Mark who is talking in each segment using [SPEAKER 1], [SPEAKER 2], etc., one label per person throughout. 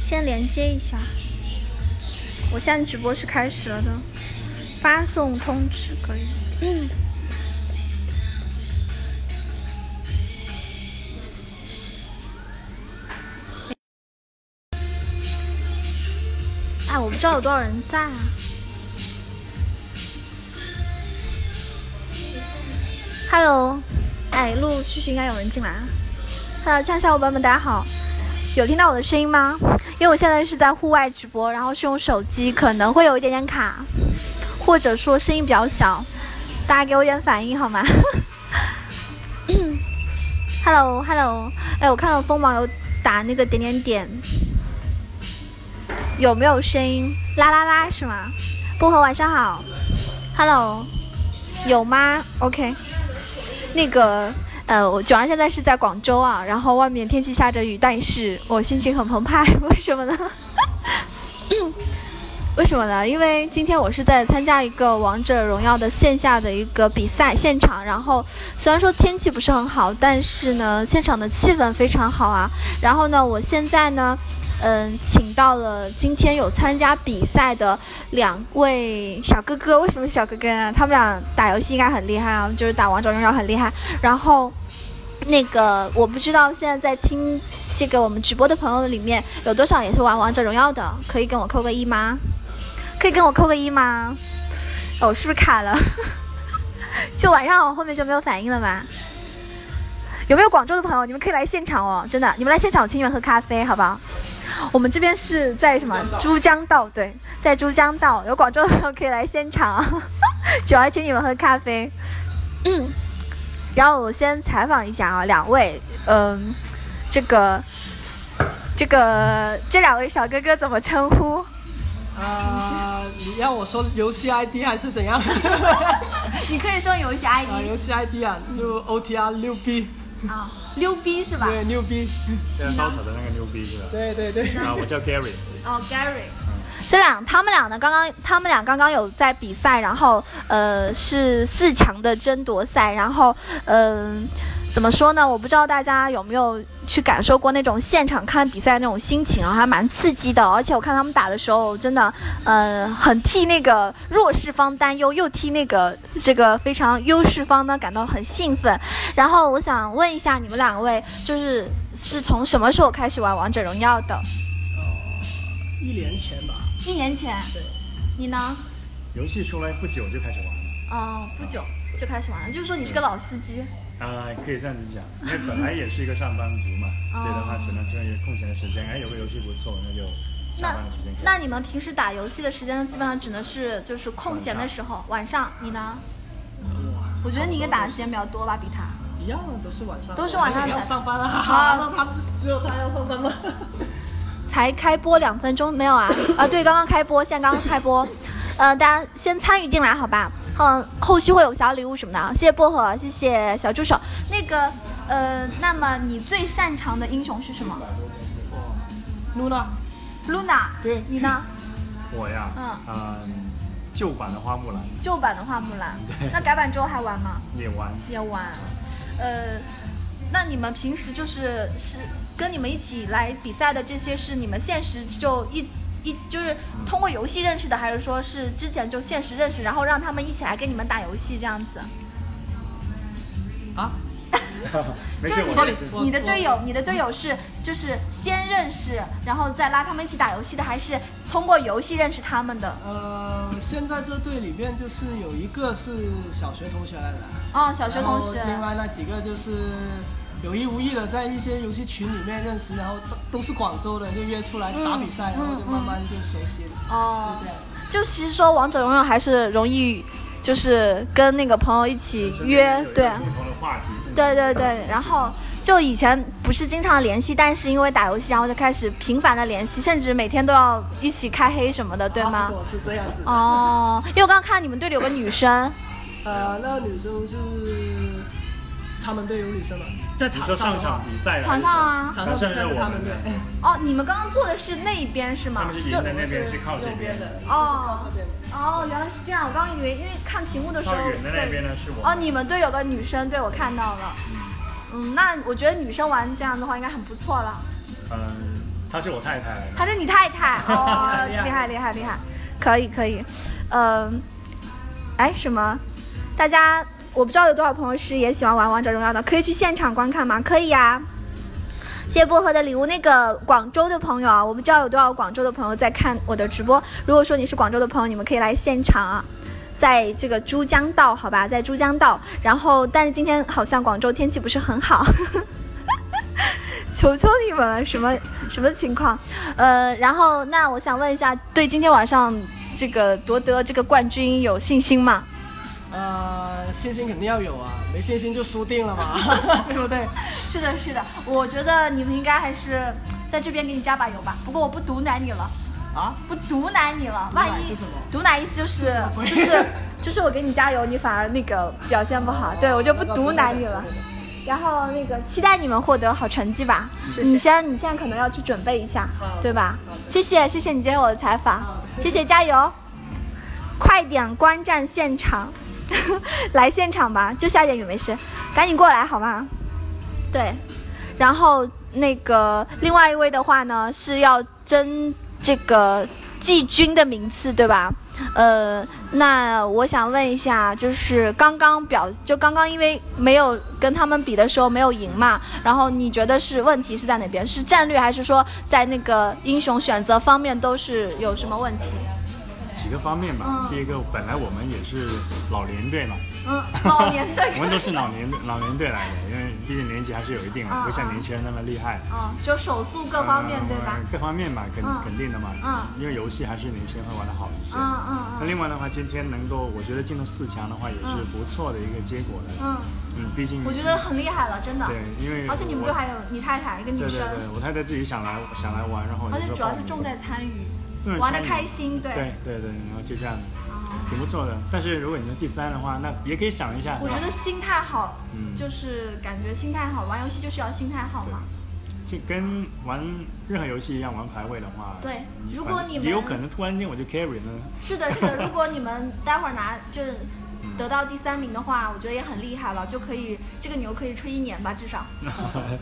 [SPEAKER 1] 先连接一下。我现在直播是开始了的，发送通知可以。嗯。哎，我不知道有多少人在啊。Hello，哎，陆陆续续应该有人进来啊。Hello，亲爱的小伙伴们，大家好。有听到我的声音吗？因为我现在是在户外直播，然后是用手机，可能会有一点点卡，或者说声音比较小，大家给我点反应好吗 ？Hello Hello，哎，我看到锋芒有打那个点点点，有没有声音？啦啦啦是吗？薄荷晚上好，Hello，有吗？OK，那个。呃，我九儿现在是在广州啊，然后外面天气下着雨，但是我心情很澎湃， 为什么呢？为什么呢？因为今天我是在参加一个王者荣耀的线下的一个比赛现场，然后虽然说天气不是很好，但是呢，现场的气氛非常好啊。然后呢，我现在呢，嗯，请到了今天有参加比赛的两位小哥哥。为什么小哥哥呢？他们俩打游戏应该很厉害啊，就是打王者荣耀很厉害。然后。那个我不知道现在在听这个我们直播的朋友里面有多少也是玩王者荣耀的，可以跟我扣个一吗？可以跟我扣个一吗？哦，是不是卡了？ 就晚上我后面就没有反应了吧？有没有广州的朋友？你们可以来现场哦，真的，你们来现场我请你们喝咖啡，好不好？我们这边是在什么珠江道？对，在珠江道，有广州的朋友可以来现场 啊，主要请你们喝咖啡。嗯。然后我先采访一下啊，两位，嗯，这个，这个，这两位小哥哥怎么称呼？
[SPEAKER 2] 啊、你让我说游戏 ID 还是怎样？
[SPEAKER 1] 你可以说游戏 ID
[SPEAKER 2] 啊，游戏 ID 啊，就 OTR 六 B，
[SPEAKER 1] 啊，溜逼是吧？
[SPEAKER 2] 对，六 B，
[SPEAKER 3] 现在 DOTA 的那个牛逼是吧？
[SPEAKER 2] 对对对，
[SPEAKER 3] 啊，我叫 Gary，
[SPEAKER 1] 哦，Gary。这俩他们俩呢，刚刚他们俩刚刚有在比赛，然后呃是四强的争夺赛，然后嗯、怎么说呢？我不知道大家有没有去感受过那种现场看比赛那种心情啊，还蛮刺激的。而且我看他们打的时候，真的呃很替那个弱势方担忧，又替那个这个非常优势方呢感到很兴奋。然后我想问一下你们两位，就是是从什么时候开始玩王者荣耀的？
[SPEAKER 2] 一年前吧，
[SPEAKER 1] 一年前。对。你呢？
[SPEAKER 3] 游戏出来不久就开始玩了，
[SPEAKER 1] 哦，嗯不久就开始玩了，就是说你是个老司机。
[SPEAKER 3] 啊、可以这样子讲，因为本来也是一个上班族嘛，
[SPEAKER 1] 哦
[SPEAKER 3] 所以的话只能趁空闲的时间，哎，有个游戏不错，那就下
[SPEAKER 1] 那
[SPEAKER 3] 班的时间可以
[SPEAKER 1] 那你们平时打游戏的时间基本上只能是就是空闲的时候，晚上你呢？我觉得你应该打的时间比较多吧，比他。
[SPEAKER 2] 一样都是晚上，
[SPEAKER 1] 都是晚上
[SPEAKER 2] 我也要
[SPEAKER 1] 才
[SPEAKER 2] 上班啊，
[SPEAKER 1] 好
[SPEAKER 2] 那他只有他要上班吗？
[SPEAKER 1] 才开播两分钟没有 啊？啊，对，刚刚开播，现在刚刚开播，呃，大家先参与进来好吧？嗯，后续会有小礼物什么的啊。谢谢薄荷，谢谢小助手。那个，呃，那么你最擅长的英雄是什么
[SPEAKER 2] 露娜，
[SPEAKER 1] ？Luna，
[SPEAKER 2] 对
[SPEAKER 1] 你呢？
[SPEAKER 3] 我呀，
[SPEAKER 1] 嗯
[SPEAKER 3] 嗯、旧版的花木兰
[SPEAKER 1] 旧版的花木兰，那改版之后还玩吗？
[SPEAKER 3] 也 玩，
[SPEAKER 1] 也玩。呃，那你们平时就是是跟你们一起来比赛的这些，是你们现实就一一就是通过游戏认识的，还是说是之前就现实认识，然后让他们一起来跟你们打游戏这样子？
[SPEAKER 2] 啊，
[SPEAKER 3] 没
[SPEAKER 1] 就
[SPEAKER 3] 事，
[SPEAKER 1] 是
[SPEAKER 3] 我
[SPEAKER 2] 说
[SPEAKER 3] 没
[SPEAKER 2] 你
[SPEAKER 3] 事
[SPEAKER 2] 我
[SPEAKER 1] 你的队友，你的队友是就是先认识，然后再拉他们一起打游戏的，还是通过游戏认识他们的？
[SPEAKER 2] 呃，现在这队里面就是有一个是小学同学来的，
[SPEAKER 1] 哦，小学同学
[SPEAKER 2] 然后。另外那几个就是有意无意的在一些游戏群里面认识，然后都都是广州的，就约出来打比赛，
[SPEAKER 1] 嗯
[SPEAKER 2] 然后就慢慢就熟悉了，
[SPEAKER 1] 哦
[SPEAKER 2] 就这，样。
[SPEAKER 1] 就其实说王者荣耀还是容易，就是跟那个朋友一起
[SPEAKER 3] 就是有
[SPEAKER 1] 约
[SPEAKER 3] 一，个
[SPEAKER 1] 对啊
[SPEAKER 3] 共同的话题，
[SPEAKER 1] 对对对，然后就以前不是经常联系，但是因为打游戏，然后就开始频繁的联系，甚至每天都要一起开黑什么的，对吗？
[SPEAKER 2] 我是这样子的。
[SPEAKER 1] 哦，因为我刚刚看你们队里有个女生，
[SPEAKER 2] 呃，那个女生是他们队有女生吗？在
[SPEAKER 3] 你
[SPEAKER 2] 场
[SPEAKER 3] 说上
[SPEAKER 2] 的
[SPEAKER 3] 场
[SPEAKER 2] 话，
[SPEAKER 3] 比赛了，
[SPEAKER 1] 场上啊，
[SPEAKER 2] 场上比赛是他们队，
[SPEAKER 3] 对
[SPEAKER 1] 哦，你们刚刚坐的是那一边是
[SPEAKER 3] 他
[SPEAKER 1] 吗
[SPEAKER 3] 们是？
[SPEAKER 1] 就
[SPEAKER 3] 赢的那边是靠这
[SPEAKER 2] 右边的。
[SPEAKER 1] 哦
[SPEAKER 2] 那边的，
[SPEAKER 1] 哦，原来是这样，我刚刚以为因为看屏幕的时
[SPEAKER 3] 靠
[SPEAKER 1] 候，
[SPEAKER 3] 远的那边
[SPEAKER 1] 对，
[SPEAKER 3] 呢是我，
[SPEAKER 1] 哦，你们队有个女生，对我看到了，嗯，那我觉得女生玩这样的话应该很不错了。
[SPEAKER 3] 嗯、她是我太太来的。
[SPEAKER 1] 她是你太太哦
[SPEAKER 2] 厉害
[SPEAKER 1] 厉害厉害厉害，可以可以，呃，哎什么？大家我不知道有多少朋友是也喜欢玩王者荣耀的，可以去现场观看吗？可以呀、谢谢薄荷的礼物。那个广州的朋友啊，我不知道有多少广州的朋友在看我的直播。如果说你是广州的朋友，你们可以来现场啊，在这个珠江道，好吧，在珠江道。然后，但是今天好像广州天气不是很好，求求你们了，什么什么情况？呃，然后那我想问一下，对今天晚上这个夺得这个冠军有信心吗？
[SPEAKER 2] 呃，信心肯定要有啊，没信心就输定了嘛，对不对？
[SPEAKER 1] 是的，是的，我觉得你们应该还是在这边给你加把油吧。不过我不毒奶你了。
[SPEAKER 2] 啊，
[SPEAKER 1] 不毒奶你了，万
[SPEAKER 2] 毒奶
[SPEAKER 1] 一
[SPEAKER 2] 是什么
[SPEAKER 1] 毒奶意思就是
[SPEAKER 2] 什么鬼
[SPEAKER 1] 就是就是我给你加油，你反而那个表现不
[SPEAKER 2] 哦
[SPEAKER 1] 好，对我就不毒奶你了。然后那个期待你们获得好成绩吧。你先，你现在可能要去准备一下
[SPEAKER 2] 好，的
[SPEAKER 1] 对吧
[SPEAKER 2] 好的？
[SPEAKER 1] 谢谢谢谢你接受我的采访
[SPEAKER 2] 好，的
[SPEAKER 1] 谢谢加油，快点观战现场， 来现场吧，就下点雨没事，赶紧过来好吗？对，然后那个另外一位的话呢是要争这个季军的名次，对吧？呃，那我想问一下，就是刚刚表就刚刚因为没有跟他们比的时候没有赢嘛，然后你觉得是问题是在哪边？是战略还是说在那个英雄选择方面都是有什么问题？
[SPEAKER 3] 几个方面吧。
[SPEAKER 1] 嗯
[SPEAKER 3] 第一个，本来我们也是老年队嘛，
[SPEAKER 1] 嗯，老年的，
[SPEAKER 3] 我们都是老年老年队来的，因为毕竟年纪还是有一定
[SPEAKER 1] 嗯
[SPEAKER 3] 了，不像年轻人那么厉害。
[SPEAKER 1] 嗯，就手速各方面
[SPEAKER 3] 呃
[SPEAKER 1] 对吧？
[SPEAKER 3] 各方面嘛，肯
[SPEAKER 1] 嗯
[SPEAKER 3] 肯定的嘛。
[SPEAKER 1] 嗯
[SPEAKER 3] 因为游戏还是年轻人会玩的好一些。
[SPEAKER 1] 嗯嗯
[SPEAKER 3] 那
[SPEAKER 1] 嗯
[SPEAKER 3] 另外的话，今天能够我觉得进了四强的话，也是
[SPEAKER 1] 嗯
[SPEAKER 3] 不错的一个结果的。
[SPEAKER 1] 嗯，
[SPEAKER 3] 嗯，毕竟
[SPEAKER 1] 我觉得很厉害了，真的。
[SPEAKER 3] 对，因为
[SPEAKER 1] 而且你们
[SPEAKER 3] 我
[SPEAKER 1] 队还有你太太一个女
[SPEAKER 3] 对
[SPEAKER 1] 生，
[SPEAKER 3] 对对，我太太自己想来想来玩，然后我
[SPEAKER 1] 而且
[SPEAKER 3] 就说
[SPEAKER 1] 主要是
[SPEAKER 3] 报名
[SPEAKER 1] 重在参与，
[SPEAKER 3] 嗯
[SPEAKER 1] 玩的
[SPEAKER 3] 参与
[SPEAKER 1] 开心，对。
[SPEAKER 3] 对对对，然后就这样，
[SPEAKER 1] 哦
[SPEAKER 3] 挺不错的。但是如果你说第三的话，那也可以想一下。
[SPEAKER 1] 我觉得心态好，
[SPEAKER 3] 嗯
[SPEAKER 1] 就是感觉心态好，玩游戏就是要心态好嘛。
[SPEAKER 3] 这跟玩任何游戏一样，玩排位的话，
[SPEAKER 1] 对
[SPEAKER 3] 反
[SPEAKER 1] 如果你们
[SPEAKER 3] 也有可能突然间我就 carry 了，
[SPEAKER 1] 是的，是的。如果你们待会儿拿就是得到第三名的话，我觉得也很厉害了，就可以这个牛可以吹一年吧，至少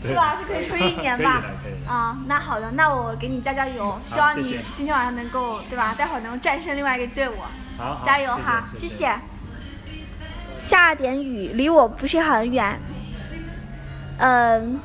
[SPEAKER 1] 是
[SPEAKER 3] 对
[SPEAKER 1] 吧？是可以吹一年
[SPEAKER 3] 可以
[SPEAKER 1] 吧
[SPEAKER 3] 的 可以？的
[SPEAKER 1] 啊、那好的，那我给你加加油，希望
[SPEAKER 3] 谢
[SPEAKER 1] 你
[SPEAKER 3] 谢
[SPEAKER 1] 今天晚上能够对吧？待会儿能战胜另外一个队伍。
[SPEAKER 3] 好，好
[SPEAKER 1] 加油哈，谢。下点雨，离我不是很远。嗯，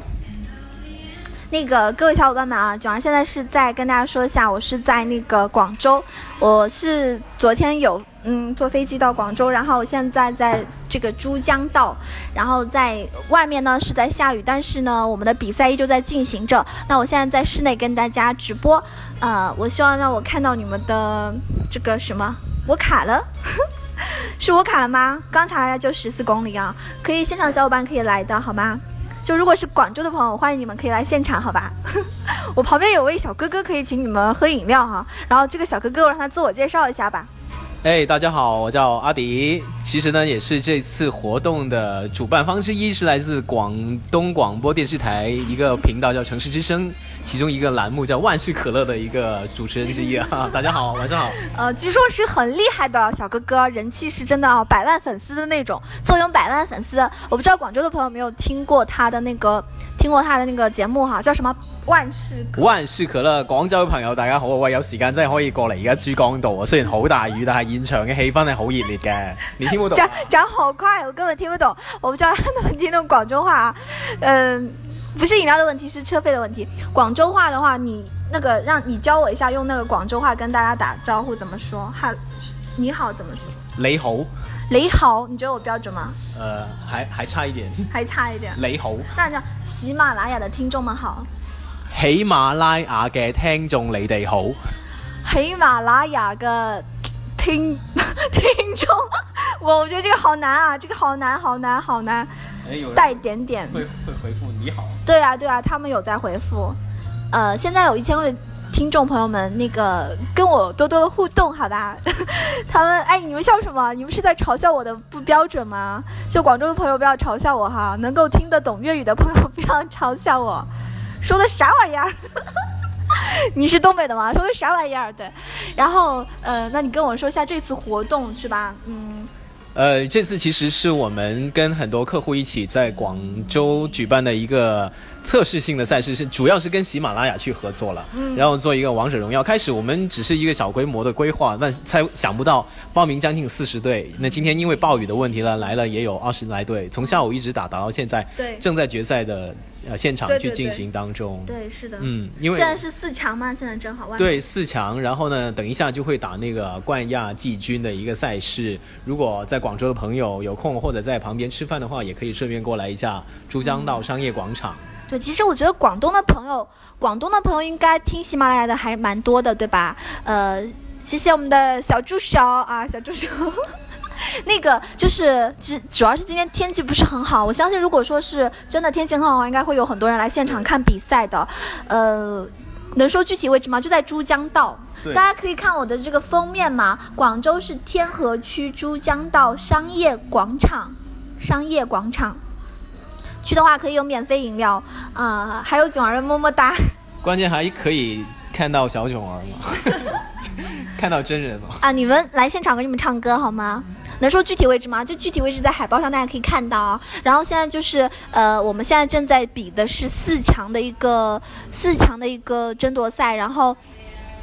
[SPEAKER 1] 那个各位小伙伴们啊，九儿现在是在跟大家说一下，我是在那个广州，我是昨天有嗯坐飞机到广州，然后我现在在这个珠江道，然后在外面呢是在下雨，但是呢我们的比赛依旧在进行着。那我现在在室内跟大家直播，呃，我希望让我看到你们的这个什么，我卡了。 是我卡了吗？刚查了一下，就十四公里啊，可以现场小伙伴可以来的好吗？就如果是广州的朋友，欢迎你们可以来现场，好吧？ 我旁边有位小哥哥可以请你们喝饮料哈、然后这个小哥哥我让他自我介绍一下吧。
[SPEAKER 4] 哎，大家好，我叫阿迪。其实呢，也是这次活动的主办方之一，是来自广东广播电视台一个频道叫《城市之声》，其中一个栏目叫“万事可乐”的一个主持人之一啊。大家好，晚上好。
[SPEAKER 1] 呃，据说是很厉害的小哥哥，人气是真的哦，百万粉丝的那种，坐拥百万粉丝。我不知道广州的朋友有没有听过他的那个，听过他的那个节目哈、叫什么万事可
[SPEAKER 4] 萬事可樂，廣州嘅朋友大家好啊！喂，有時間真係可以過嚟而家珠江道啊！雖然好大雨，但係現場嘅氣氛係好熱烈嘅。 你聽唔到
[SPEAKER 1] 讲
[SPEAKER 4] 啊？
[SPEAKER 1] 讲好快，我根本听不懂，我不知道他怎么听懂广州话啊。嗯、不是饮料的问题，是车费的问题。广州话的话，你那个让你教我一下，用那个广州话跟大家打招呼怎么说？哈，你好怎么说？
[SPEAKER 4] 你好，誒、
[SPEAKER 1] 你好，你觉得我标准吗？
[SPEAKER 4] 呃，還還差一 點。
[SPEAKER 1] 还差一点。
[SPEAKER 4] 你好，
[SPEAKER 1] 那叫喜马拉雅的听众们好，
[SPEAKER 4] 喜馬拉雅嘅聽眾你哋好。
[SPEAKER 1] 喜马拉雅的听 听众， 我我觉得这个好难啊，这个好难，好难，好难，
[SPEAKER 4] 誒、哎有
[SPEAKER 1] 带点点。
[SPEAKER 4] 會會回覆你好。
[SPEAKER 1] 对啊，对啊，他们有在回复。呃，现在有一千位听众朋友们，那个跟我多多互动，好吧？ 他们哎，你们笑什么？你们是在嘲笑我的不标准吗？就广州的朋友不要嘲笑我哈，能够听得懂粤语的朋友不要嘲笑我，说的啥玩意儿？ 你是东北的吗？说的啥玩意儿？对，然后呃，那你跟我说一下这次活动是吧？嗯，
[SPEAKER 4] 呃，这次其实是我们跟很多客户一起在广州举办的一个测试性的赛事，是主要是跟喜马拉雅去合作了，
[SPEAKER 1] 嗯
[SPEAKER 4] 然后做一个王者荣耀。开始我们只是一个小规模的规划，但才想不到报名将近四十队。那今天因为暴雨的问题呢，来了也有二十来队，从下午一直打打到现在，
[SPEAKER 1] 对
[SPEAKER 4] 正在决赛的呃现场
[SPEAKER 1] 对
[SPEAKER 4] 去
[SPEAKER 1] 对
[SPEAKER 4] 进
[SPEAKER 1] 对
[SPEAKER 4] 行当中。
[SPEAKER 1] 对，是的，
[SPEAKER 4] 嗯，因为
[SPEAKER 1] 现在是四强嘛，现在正好外面
[SPEAKER 4] 对四强，然后呢，等一下就会打那个冠亚季军的一个赛事。如果在广州的朋友有空或者在旁边吃饭的话，也可以顺便过来一下珠江道商业广场。
[SPEAKER 1] 对，其实我觉得广东的朋友，广东的朋友应该听喜马拉雅的还蛮多的，对吧？呃，谢谢我们的小助手啊，小助手。 那个就是，只主要是今天天气不是很好，我相信如果说是真的天气很好，应该会有很多人来现场看比赛的。呃，能说具体位置吗？就在珠江道。
[SPEAKER 4] 对
[SPEAKER 1] 大家可以看我的这个封面嘛，广州市天河区珠江道商业广场，商业广场。去的话可以有免费饮料，啊、还有囧儿的么么哒
[SPEAKER 4] 关键还可以看到小囧儿嘛， 看到真人嘛。
[SPEAKER 1] 啊！你们来现场给你们唱歌好吗？能说具体位置吗？就具体位置在海报上，大家可以看到啊。然后现在就是，呃，我们现在正在比的是四强的一个四强的一个争夺赛，然后，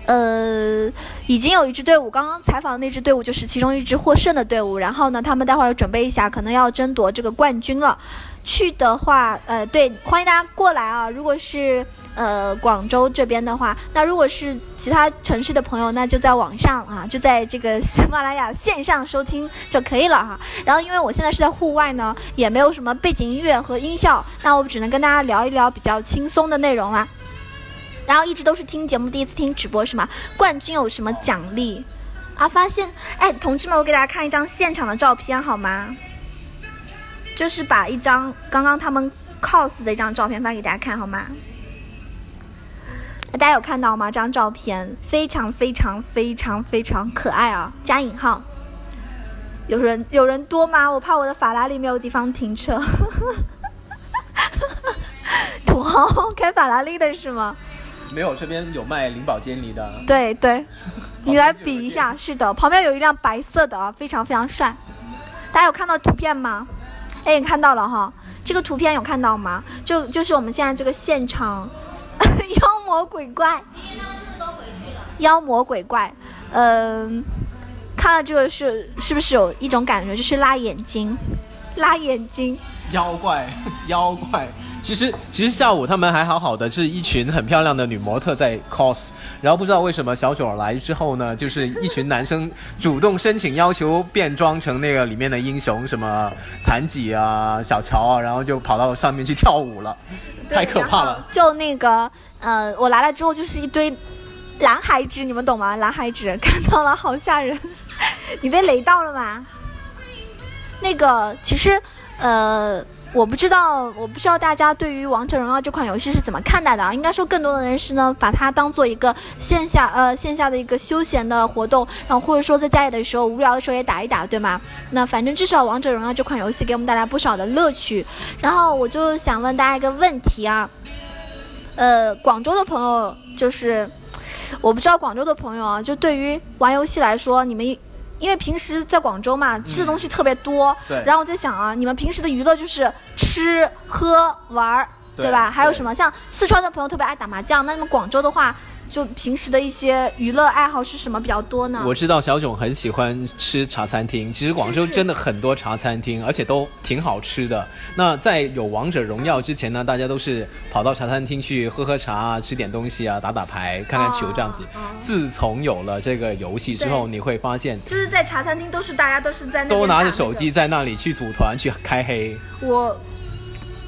[SPEAKER 1] 呃，已经有一支队伍，刚刚采访的那支队伍就是其中一支获胜的队伍。然后呢，他们待会儿要准备一下，可能要争夺这个冠军了。去的话，呃，对，欢迎大家过来啊！如果是呃广州这边的话，那如果是其他城市的朋友，那就在网上啊，就在这个喜马拉雅线上收听就可以了哈、 然后因为我现在是在户外呢，也没有什么背景音乐和音效，那我只能跟大家聊一聊比较轻松的内容啦。然后一直都是听节目，第一次听直播是吗？冠军有什么奖励？啊，发现哎，同志们，我给大家看一张现场的照片好吗？就是把一张刚刚他们 cos 的一张照片发给大家看好吗？大家有看到吗？这张照片非常非常非常非常可爱啊！加引号。有人有人多吗？我怕我的法拉利没有地方停车。 土豪开法拉利的是吗？
[SPEAKER 4] 没有，这边有卖灵宝坚尼的。
[SPEAKER 1] 对对，你
[SPEAKER 4] 边
[SPEAKER 1] 来
[SPEAKER 4] 就有
[SPEAKER 1] 比
[SPEAKER 4] 一
[SPEAKER 1] 一下。是的，旁边有一辆白色的啊，非常非常帅。大家有看到图片吗？哎，你看到了哈，这个图片有看到吗？就就是我们现在这个现场， 妖魔鬼怪。妖魔鬼怪，嗯、看了这个是是不是有一种感觉，就是拉眼睛，拉眼睛。
[SPEAKER 4] 妖怪， 妖怪。其实其实下午他们还好好的，是一群很漂亮的女模特在 cos，然后不知道为什么小九儿来之后呢，就是一群男生主动申请要求变装成那个里面的英雄，什么谭己啊、小乔啊，然后就跑到上面去跳舞了，
[SPEAKER 1] 对
[SPEAKER 4] 太可
[SPEAKER 1] 然
[SPEAKER 4] 怕
[SPEAKER 1] 后
[SPEAKER 4] 了。
[SPEAKER 1] 就那个，呃，我来了之后就是一堆蓝孩子，你们懂吗？蓝孩子 看到了，好吓人。你被雷到了吗？那个，其实，呃，我不知道，我不知道大家对于《王者荣耀》这款游戏是怎么看待的啊？应该说，更多的人是呢，把它当做一个线下，呃，线下的一个休闲的活动，然后或者说在家里的时候无聊的时候也打一打，对吗？那反正至少《王者荣耀》这款游戏给我们带来不少的乐趣，然后我就想问大家一个问题啊，呃，广州的朋友就是，我不知道广州的朋友啊，就对于玩游戏来说，你们一因为平时在广州嘛，吃的东西特别多，
[SPEAKER 4] 对
[SPEAKER 1] 然后我在想啊，你们平时的娱乐就是吃喝玩儿，
[SPEAKER 4] 对
[SPEAKER 1] 吧？还有
[SPEAKER 4] 对
[SPEAKER 1] 什么像四川的朋友特别爱打麻将，那你们广州的话，就平时的一些娱乐爱好是什么比较多呢？
[SPEAKER 4] 我知道小囧很喜欢吃茶餐厅，其实广州
[SPEAKER 1] 是是
[SPEAKER 4] 真的很多茶餐厅，而且都挺好吃的。那在有王者荣耀之前呢，大家都是跑到茶餐厅去喝喝茶啊，吃点东西啊，打打牌，看看球这样子。
[SPEAKER 1] 哦哦
[SPEAKER 4] 自从有了这个游戏之后，你会发现
[SPEAKER 1] 就是在茶餐厅都是大家都是在那边
[SPEAKER 4] 都拿
[SPEAKER 1] 打
[SPEAKER 4] 着
[SPEAKER 1] 那
[SPEAKER 4] 手
[SPEAKER 1] 个
[SPEAKER 4] 机在那里去组团去开黑。
[SPEAKER 1] 我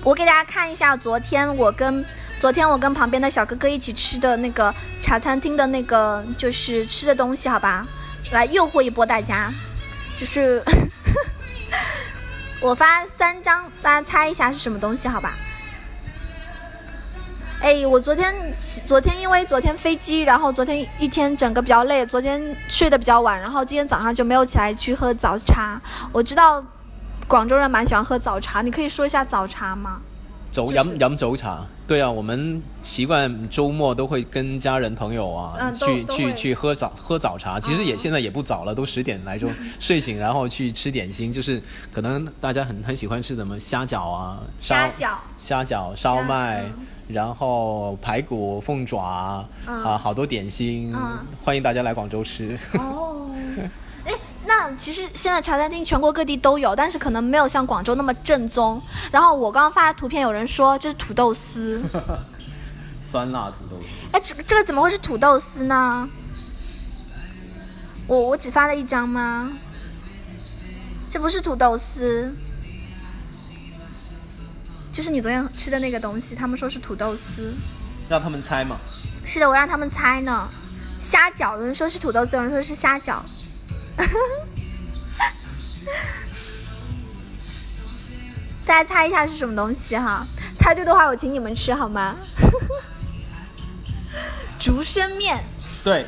[SPEAKER 1] 我给大家看一下，昨天我跟昨天我跟旁边的小哥哥一起吃的那个茶餐厅的那个就是吃的东西，好吧，来诱惑一波大家，就是 我发三张，大家猜一下是什么东西，好吧？哎，我昨天昨天因为昨天飞机，然后昨天一天整个比较累，昨天睡得比较晚，然后今天早上就没有起来去喝早茶。我知道广州人蛮喜欢喝早茶，你可以说一下早茶吗？
[SPEAKER 4] 走
[SPEAKER 1] 就
[SPEAKER 4] 饮
[SPEAKER 1] 是
[SPEAKER 4] 饮早茶，对啊，我们习惯周末都会跟家人朋友啊，
[SPEAKER 1] 嗯都
[SPEAKER 4] 去
[SPEAKER 1] 都
[SPEAKER 4] 去
[SPEAKER 1] 会
[SPEAKER 4] 去喝早喝早茶。其实也、
[SPEAKER 1] 哦
[SPEAKER 4] 现在也不早了，都十点来 钟睡醒，然后去吃点心，就是可能大家很很喜欢吃什么虾饺啊，烧
[SPEAKER 1] 虾饺
[SPEAKER 4] 虾饺、烧
[SPEAKER 1] 虾
[SPEAKER 4] 麦
[SPEAKER 1] 嗯，
[SPEAKER 4] 然后排骨、凤爪啊、
[SPEAKER 1] 嗯
[SPEAKER 4] 啊好多点心，
[SPEAKER 1] 嗯
[SPEAKER 4] 欢迎大家来广州吃。
[SPEAKER 1] 哦，哎，那其实现在茶餐厅全国各地都有，但是可能没有像广州那么正宗。然后我刚刚发的图片，有人说这是土豆 丝，
[SPEAKER 4] 酸辣土豆丝，
[SPEAKER 1] 哎，这这个怎么会是土豆丝呢？我我只发了一张吗？这不是土豆丝，就是你昨天吃的那个东西，他们说是土豆丝。
[SPEAKER 4] 让他们猜嘛。
[SPEAKER 1] 是的，我让他们猜呢。虾饺，有人说是土豆丝，有人说是虾饺。 大家猜一下是什么东西哈？猜对的话，我请你们吃好吗？ 竹升面，
[SPEAKER 4] 对，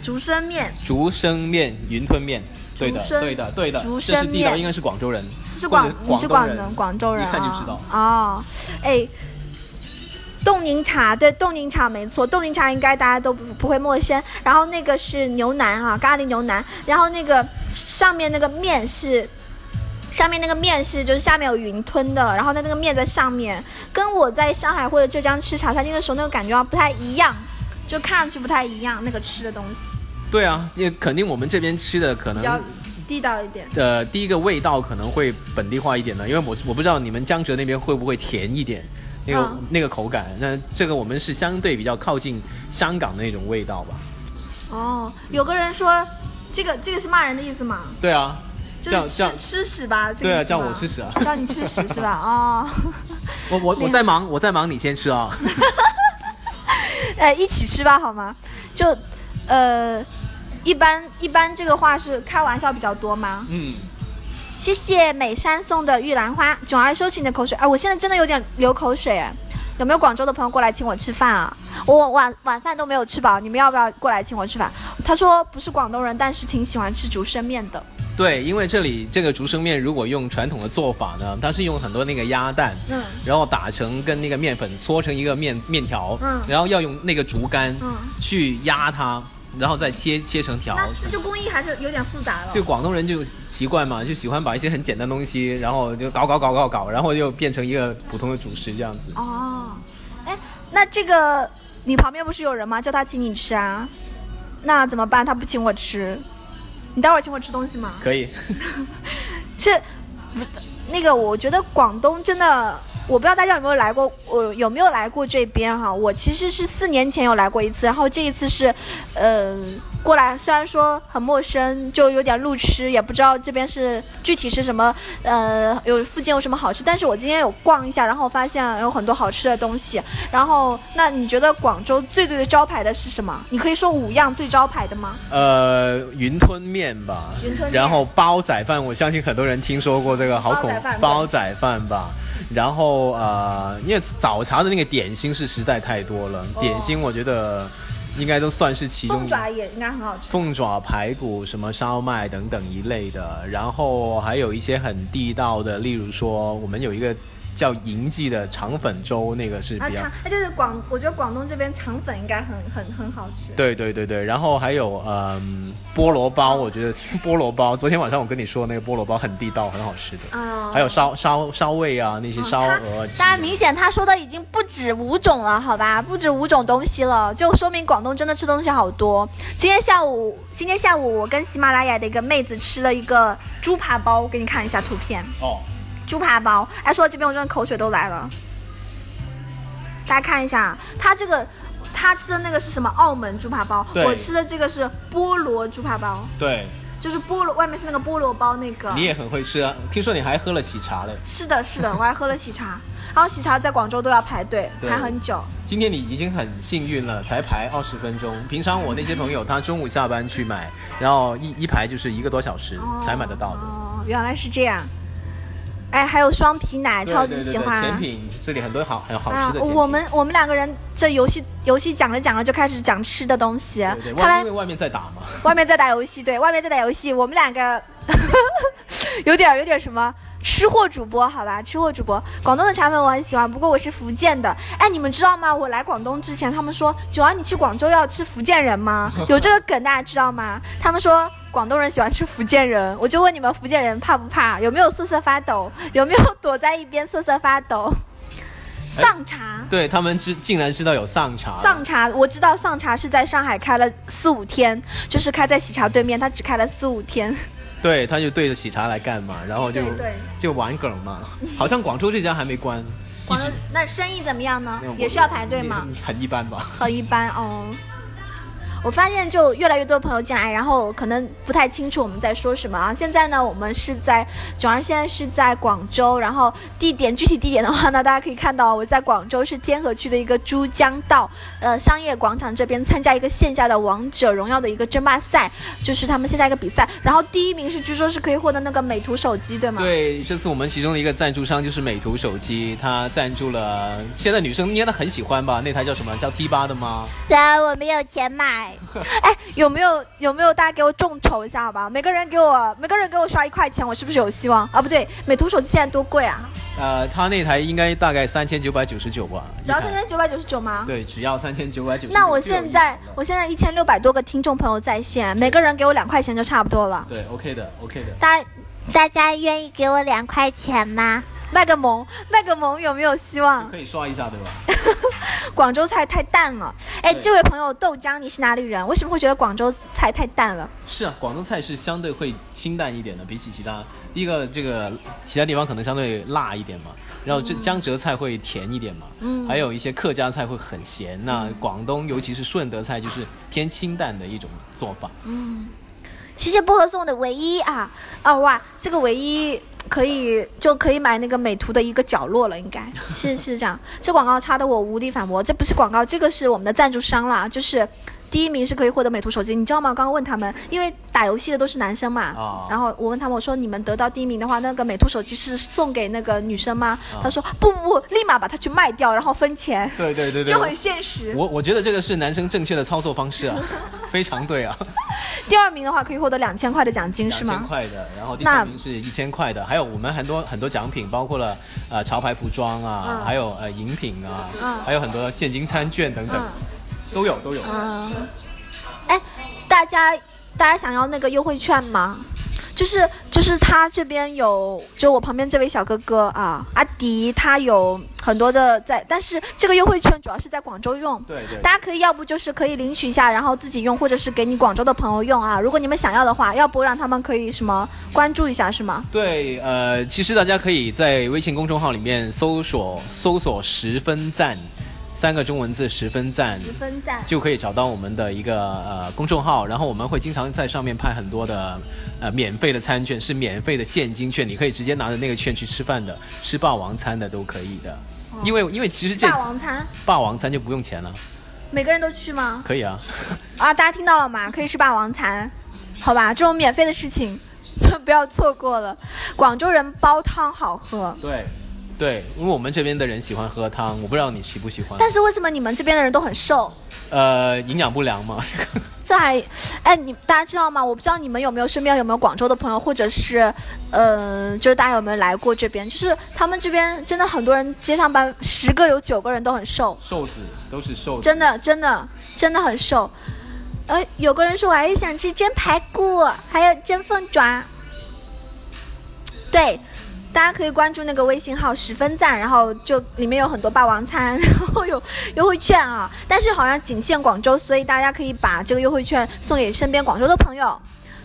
[SPEAKER 1] 竹升面，
[SPEAKER 4] 竹升面、云吞面，对的
[SPEAKER 1] 竹，升
[SPEAKER 4] 对的，对的，
[SPEAKER 1] 竹
[SPEAKER 4] 这是
[SPEAKER 1] 升
[SPEAKER 4] 地道，
[SPEAKER 1] 面
[SPEAKER 4] 应该是广州人，
[SPEAKER 1] 这是
[SPEAKER 4] 或
[SPEAKER 1] 广
[SPEAKER 4] 者，
[SPEAKER 1] 你是广
[SPEAKER 4] 东人
[SPEAKER 1] 东，广州人啊？
[SPEAKER 4] 一看就知道
[SPEAKER 1] 哦，哎，冻柠茶，对，冻柠茶没错，冻柠茶应该大家都不不会陌生。然后那个是牛腩啊，咖喱牛腩，然后那个上面那个面是。上面那个面是就是下面有云吞的，然后它那个面在上面，跟我在上海或者浙江吃茶餐厅的时候那个感觉啊不太一样，就看上去不太一样那个吃的东西
[SPEAKER 4] 对啊，也肯定我们这边吃的可
[SPEAKER 1] 比较
[SPEAKER 4] 能。
[SPEAKER 1] 地道一点。
[SPEAKER 4] 呃，第一个味道可能会本地化一点的，因为我我不知道你们江浙那边会不会甜一点，那个、
[SPEAKER 1] 嗯
[SPEAKER 4] 那个口感。那这个我们是相对比较靠近香港的那种味道吧？
[SPEAKER 1] 哦，有个人说，这个这个是骂人的意思吗？
[SPEAKER 4] 对啊，
[SPEAKER 1] 就
[SPEAKER 4] 叫
[SPEAKER 1] 是
[SPEAKER 4] 叫
[SPEAKER 1] 吃吃屎吧？这个
[SPEAKER 4] 对啊
[SPEAKER 1] 意思
[SPEAKER 4] 叫
[SPEAKER 1] 吗
[SPEAKER 4] 我吃屎啊
[SPEAKER 1] 叫你吃屎是 吧？哦，
[SPEAKER 4] 我我我在忙，我在忙，你先吃啊。
[SPEAKER 1] 呃，一起吃吧好吗？就，呃，一般一般这个话是开玩笑比较多吗？
[SPEAKER 4] 嗯，
[SPEAKER 1] 谢谢美山送的玉兰花，囧儿收起你的口水。哎、我现在真的有点流口水哎。有没有广州的朋友过来请我吃饭啊？我晚晚饭都没有吃饱，你们要不要过来请我吃饭？他说不是广东人，但是挺喜欢吃竹升面的。
[SPEAKER 4] 对，因为这里这个竹升面如果用传统的做法呢，它是用很多那个鸭蛋，
[SPEAKER 1] 嗯
[SPEAKER 4] 然后打成跟那个面粉搓成一个面面条，
[SPEAKER 1] 嗯
[SPEAKER 4] 然后要用那个竹竿
[SPEAKER 1] 嗯，
[SPEAKER 4] 去压它，然后再切切成条。
[SPEAKER 1] 那这就工艺还是有点复杂了。
[SPEAKER 4] 就广东人就习惯嘛，就喜欢把一些很简单的东西，然后就搞搞搞搞搞，然后又变成一个普通的主食这样子。
[SPEAKER 1] 哦，哎，那这个你旁边不是有人吗？叫他请你吃啊，那怎么办？他不请我吃，你待会儿请我吃东西吗？
[SPEAKER 4] 可以，
[SPEAKER 1] 这不是那个，我觉得广东真的，我不知道大家有没有来过，我有没有来过这边哈？我其实是四年前有来过一次，然后这一次是，呃，过来虽然说很陌生，就有点路痴，也不知道这边是具体是什么，呃，有附近有什么好吃。但是我今天有逛一下，然后发现有很多好吃的东西。然后，那你觉得广州最最招牌的是什么？你可以说五样最招牌的吗？
[SPEAKER 4] 呃，云吞面吧，
[SPEAKER 1] 云吞面
[SPEAKER 4] 然后煲仔饭，我相信很多人听说过这个，好
[SPEAKER 1] 煲
[SPEAKER 4] 恐
[SPEAKER 1] 仔饭对
[SPEAKER 4] 煲仔饭吧。然后呃，因为早茶的那个点心是实在太多了，
[SPEAKER 1] 哦
[SPEAKER 4] 点心我觉得应该都算是其中
[SPEAKER 1] 凤爪也应该很好吃。
[SPEAKER 4] 凤爪、排骨、什么烧麦等等一类的，然后还有一些很地道的，例如说我们有一个叫银记的肠粉粥，那个是
[SPEAKER 1] 啊，
[SPEAKER 4] 比较
[SPEAKER 1] 肠，哎，就是广，我觉得广东这边肠粉应该很很很好吃。
[SPEAKER 4] 对对对对，然后还有嗯菠萝包，我觉得菠萝包，昨天晚上我跟你说那个菠萝包很地道，很好吃的，
[SPEAKER 1] 啊、
[SPEAKER 4] 还有烧烧烧味啊，那些烧
[SPEAKER 1] 他
[SPEAKER 4] 鹅鸡
[SPEAKER 1] 哦大
[SPEAKER 4] 啊、
[SPEAKER 1] 家明显他说的已经不止五种了，好吧，不止五种东西了，就说明广东真的吃东西好多。今天下午，今天下午我跟喜马拉雅的一个妹子吃了一个猪扒包，我给你看一下图片，
[SPEAKER 4] 哦，
[SPEAKER 1] 猪扒包，哎，说到这边我真的口水都来了。大家看一下啊，他这个他吃的那个是什么？澳门猪扒包，
[SPEAKER 4] 对
[SPEAKER 1] 我吃的这个是菠萝猪扒包，
[SPEAKER 4] 对，
[SPEAKER 1] 就是菠萝外面是那个菠萝包那个。
[SPEAKER 4] 你也很会吃啊，听说你还喝了喜茶嘞，
[SPEAKER 1] 是的，是的，我还喝了喜茶，然后喜茶在广州都要排队，
[SPEAKER 4] 对
[SPEAKER 1] 排很久。哦
[SPEAKER 4] 今天你已经很幸运了，才排二十分钟。平常我那些朋友，他中午下班去买，然后一一排就是一个多小时
[SPEAKER 1] 哦
[SPEAKER 4] 才买得到的。
[SPEAKER 1] 哦，原来是这样。哎，还有双皮奶，
[SPEAKER 4] 对
[SPEAKER 1] 超
[SPEAKER 4] 对
[SPEAKER 1] 级
[SPEAKER 4] 对
[SPEAKER 1] 喜
[SPEAKER 4] 对
[SPEAKER 1] 欢。
[SPEAKER 4] 甜品，这里很多好很好吃
[SPEAKER 1] 啊
[SPEAKER 4] 的，甜品。
[SPEAKER 1] 我们我们两个人这游戏游戏讲着讲着就开始讲吃的东西，
[SPEAKER 4] 对对，
[SPEAKER 1] 看
[SPEAKER 4] 外因
[SPEAKER 1] 来
[SPEAKER 4] 为外面在打嘛，
[SPEAKER 1] 外面在打游戏，对外面在打游戏，我们两个有点有点什么吃货主播，好吧，吃货主播。广东的茶粉我很喜欢，不过我是福建的。哎，你们知道吗？我来广东之前，他们说九儿你去广州要吃福建人 吗？有这个梗，大家知道吗？他们说广东人喜欢吃福建人，我就问你们福建人怕不怕？有没有瑟瑟发抖？有没有躲在一边瑟瑟发抖？
[SPEAKER 4] 哎
[SPEAKER 1] 丧茶。
[SPEAKER 4] 对他们知竟然知道有丧茶，
[SPEAKER 1] 丧茶，我知道丧茶是在上海开了四五天，就是开在喜茶对面，他只开了四五天。
[SPEAKER 4] 对，他就对着喜茶来干嘛，然后就
[SPEAKER 1] 对对
[SPEAKER 4] 就玩梗嘛。好像广州这家还没关，一
[SPEAKER 1] 广
[SPEAKER 4] 直
[SPEAKER 1] 州那生意怎么样呢
[SPEAKER 4] 那我？
[SPEAKER 1] 也是要排队吗？？
[SPEAKER 4] 很一般吧。
[SPEAKER 1] 很一般哦。我发现就越来越多朋友进来，然后可能不太清楚我们在说什么啊。现在呢，我们是在囧儿现在是在广州，然后地点具体地点的话呢，大家可以看到我在广州是天河区的一个珠江道呃商业广场这边参加一个线下的王者荣耀的一个争霸赛，就是他们线下一个比赛，然后第一名是据说是可以获得那个美图手机，对吗？
[SPEAKER 4] 对，这次我们其中的一个赞助商就是美图手机，它赞助了，现在女生应该很喜欢吧？那台叫什么？叫 T 八的吗？
[SPEAKER 1] 但我没有钱买。 哎，有没有有没有大家给我众筹一下好吧？每个人给我每个人给我刷一块钱，我是不是有希望啊？不对，美图手机现在多贵啊？
[SPEAKER 4] 呃，它那台应该大概三千九百九十九吧，
[SPEAKER 1] 只要
[SPEAKER 4] 一台
[SPEAKER 1] 三千九百九十九吗？
[SPEAKER 4] 对，只要三千九百九。
[SPEAKER 1] 那我现在我现在一千六百多个听众朋友在线，每个人给我两块钱就差不多了。
[SPEAKER 4] 对 OK 的 OK 的，
[SPEAKER 1] 大家
[SPEAKER 5] 大家愿意给我两块钱吗？
[SPEAKER 1] 那个萌那个萌有没有希望？
[SPEAKER 4] 可以刷一下对吧？
[SPEAKER 1] 广州菜太淡了。哎，
[SPEAKER 4] 对
[SPEAKER 1] 这位朋友豆浆，你是哪里人？为什么会觉得广州菜太淡了？
[SPEAKER 4] 是啊，广东菜是相对会清淡一点的，比起其他第一个这个其他地方可能相对辣一点嘛，然后这江浙菜会甜一点嘛，
[SPEAKER 1] 嗯
[SPEAKER 4] 还有一些客家菜会很咸。那广东尤其是顺德菜就是偏清淡的一种做 法。
[SPEAKER 1] 谢谢薄荷送我的唯一啊！啊哇，这个唯一可以就可以买那个美图的一个角落了，应该是是这样。 这广告插的我无力反驳，这不是广告，这个是我们的赞助商啦，就是。第一名是可以获得美图手机，你知道吗？我刚刚问他们，因为打游戏的都是男生嘛，
[SPEAKER 4] 哦
[SPEAKER 1] 然后我问他们，我说你们得到第一名的话，那个美图手机是送给那个女生吗？
[SPEAKER 4] 哦
[SPEAKER 1] 他说不不不，立马把它去卖掉，然后分钱，
[SPEAKER 4] 对对对对，
[SPEAKER 1] 就很现实。
[SPEAKER 4] 我我觉得这个是男生正确的操作 方式啊，非常对啊，
[SPEAKER 1] 第二名的话可以获得两千块的奖金，
[SPEAKER 4] 两
[SPEAKER 1] 是
[SPEAKER 4] 千
[SPEAKER 1] 吗？
[SPEAKER 4] 块的，然后第
[SPEAKER 1] 那
[SPEAKER 4] 三名是一千块的，还有我们很多很多奖品，包括了呃潮牌服装啊，
[SPEAKER 1] 嗯
[SPEAKER 4] 还有呃饮品啊，
[SPEAKER 1] 嗯
[SPEAKER 4] 还有很多现金餐券等等
[SPEAKER 1] 嗯，
[SPEAKER 4] 都有都有。
[SPEAKER 1] 嗯，哎，大家大家想要那个优惠券吗？就是就是他这边有，就我旁边这位小哥哥啊，阿迪，他有很多的在，但是这个优惠券主要是在广州用。
[SPEAKER 4] 对对。
[SPEAKER 1] 大家可以要不就是可以领取一下，然后自己用，或者是给你广州的朋友用啊。如果你们想要的话，要不让他们可以什么关注一下是吗？
[SPEAKER 4] 对，呃，其实大家可以在微信公众号里面搜索搜索“十分赞”三个中文字“十分赞”，
[SPEAKER 1] 十分赞。
[SPEAKER 4] 就可以找到我们的一个呃公众号，然后我们会经常在上面派很多的呃免费的餐券，是免费的现金券，你可以直接拿着那个券去吃饭的，吃霸王餐的都可以的。因为因为其实这
[SPEAKER 1] 霸王餐，
[SPEAKER 4] 霸王餐就不用钱了，
[SPEAKER 1] 每个人都去吗？
[SPEAKER 4] 可以啊。
[SPEAKER 1] 啊，大家听到了吗？可以吃霸王餐，好吧，这种免费的事情 不要错过了。广州人煲汤好喝，
[SPEAKER 4] 对，对，因为我们这边的人喜欢喝汤，我不知道你喜不喜欢。
[SPEAKER 1] 但是为什么你们这边的人都很瘦？
[SPEAKER 4] 呃，营养不良嘛，这个
[SPEAKER 1] 这还，哎，你大家知道吗？我不知道你们有没有身边有没有广州的朋友，或者是，呃，就是大家有没有来过这边？就是他们这边真的很多人，街上班十个有九个人都很瘦，
[SPEAKER 4] 瘦子都是瘦子。
[SPEAKER 1] 真的真的真的很瘦。呃，有个人说我还是想吃蒸排骨，还有蒸凤爪。对，大家可以关注那个微信号十分赞，然后就里面有很多霸王餐， 然后有优惠券啊，但是好像仅限广州，所以大家可以把这个优惠券送给身边广州的朋友，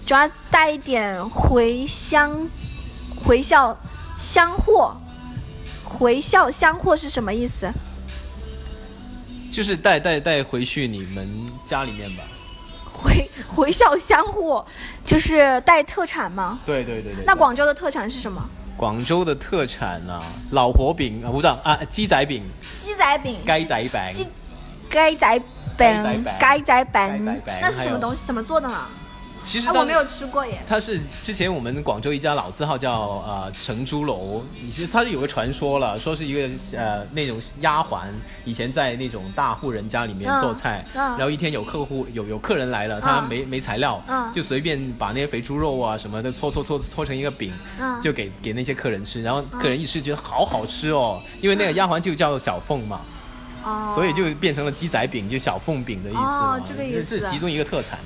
[SPEAKER 1] 主要带一点回乡回校乡货。回校乡货是什么意思？
[SPEAKER 4] 就是带带带回去你们家里面吧。
[SPEAKER 1] 回 回校相互，就是带特产吗？
[SPEAKER 4] 对对对对。
[SPEAKER 1] 那广州的特产是什么？
[SPEAKER 4] 广州的特产啊，老婆饼啊，不知道啊，鸡仔饼、
[SPEAKER 1] 鸡仔饼、
[SPEAKER 4] 鸡仔饼
[SPEAKER 1] 鸡、鸡仔
[SPEAKER 4] 鸡仔
[SPEAKER 1] 饼
[SPEAKER 4] 饼、
[SPEAKER 1] 鸡仔
[SPEAKER 4] 鸡仔
[SPEAKER 1] 饼
[SPEAKER 4] 饼，
[SPEAKER 1] 那是什么东西？怎么做的呢？
[SPEAKER 4] 其实
[SPEAKER 1] 啊，
[SPEAKER 4] 它
[SPEAKER 1] 我没有吃过耶。
[SPEAKER 4] 它是之前我们广州一家老字号叫呃成珠楼，其实它是有个传说了，说是一个呃那种丫鬟以前在那种大户人家里面
[SPEAKER 1] 嗯
[SPEAKER 4] 做菜，
[SPEAKER 1] 嗯
[SPEAKER 4] 然后一天有客户有有客人来了，他
[SPEAKER 1] 嗯
[SPEAKER 4] 没、没材料，
[SPEAKER 1] 嗯
[SPEAKER 4] 就随便把那些肥猪肉啊什么的搓搓搓搓成一个饼，
[SPEAKER 1] 嗯
[SPEAKER 4] 就给给那些客人吃，然后
[SPEAKER 1] 啊
[SPEAKER 4] 客人一吃觉得好好吃哦，因为那个丫鬟就叫小凤嘛，
[SPEAKER 1] 哦，
[SPEAKER 4] 所以就变成了鸡仔饼，就小凤饼的意思嘛，
[SPEAKER 1] 哦这个意思
[SPEAKER 4] 是其中一个特产。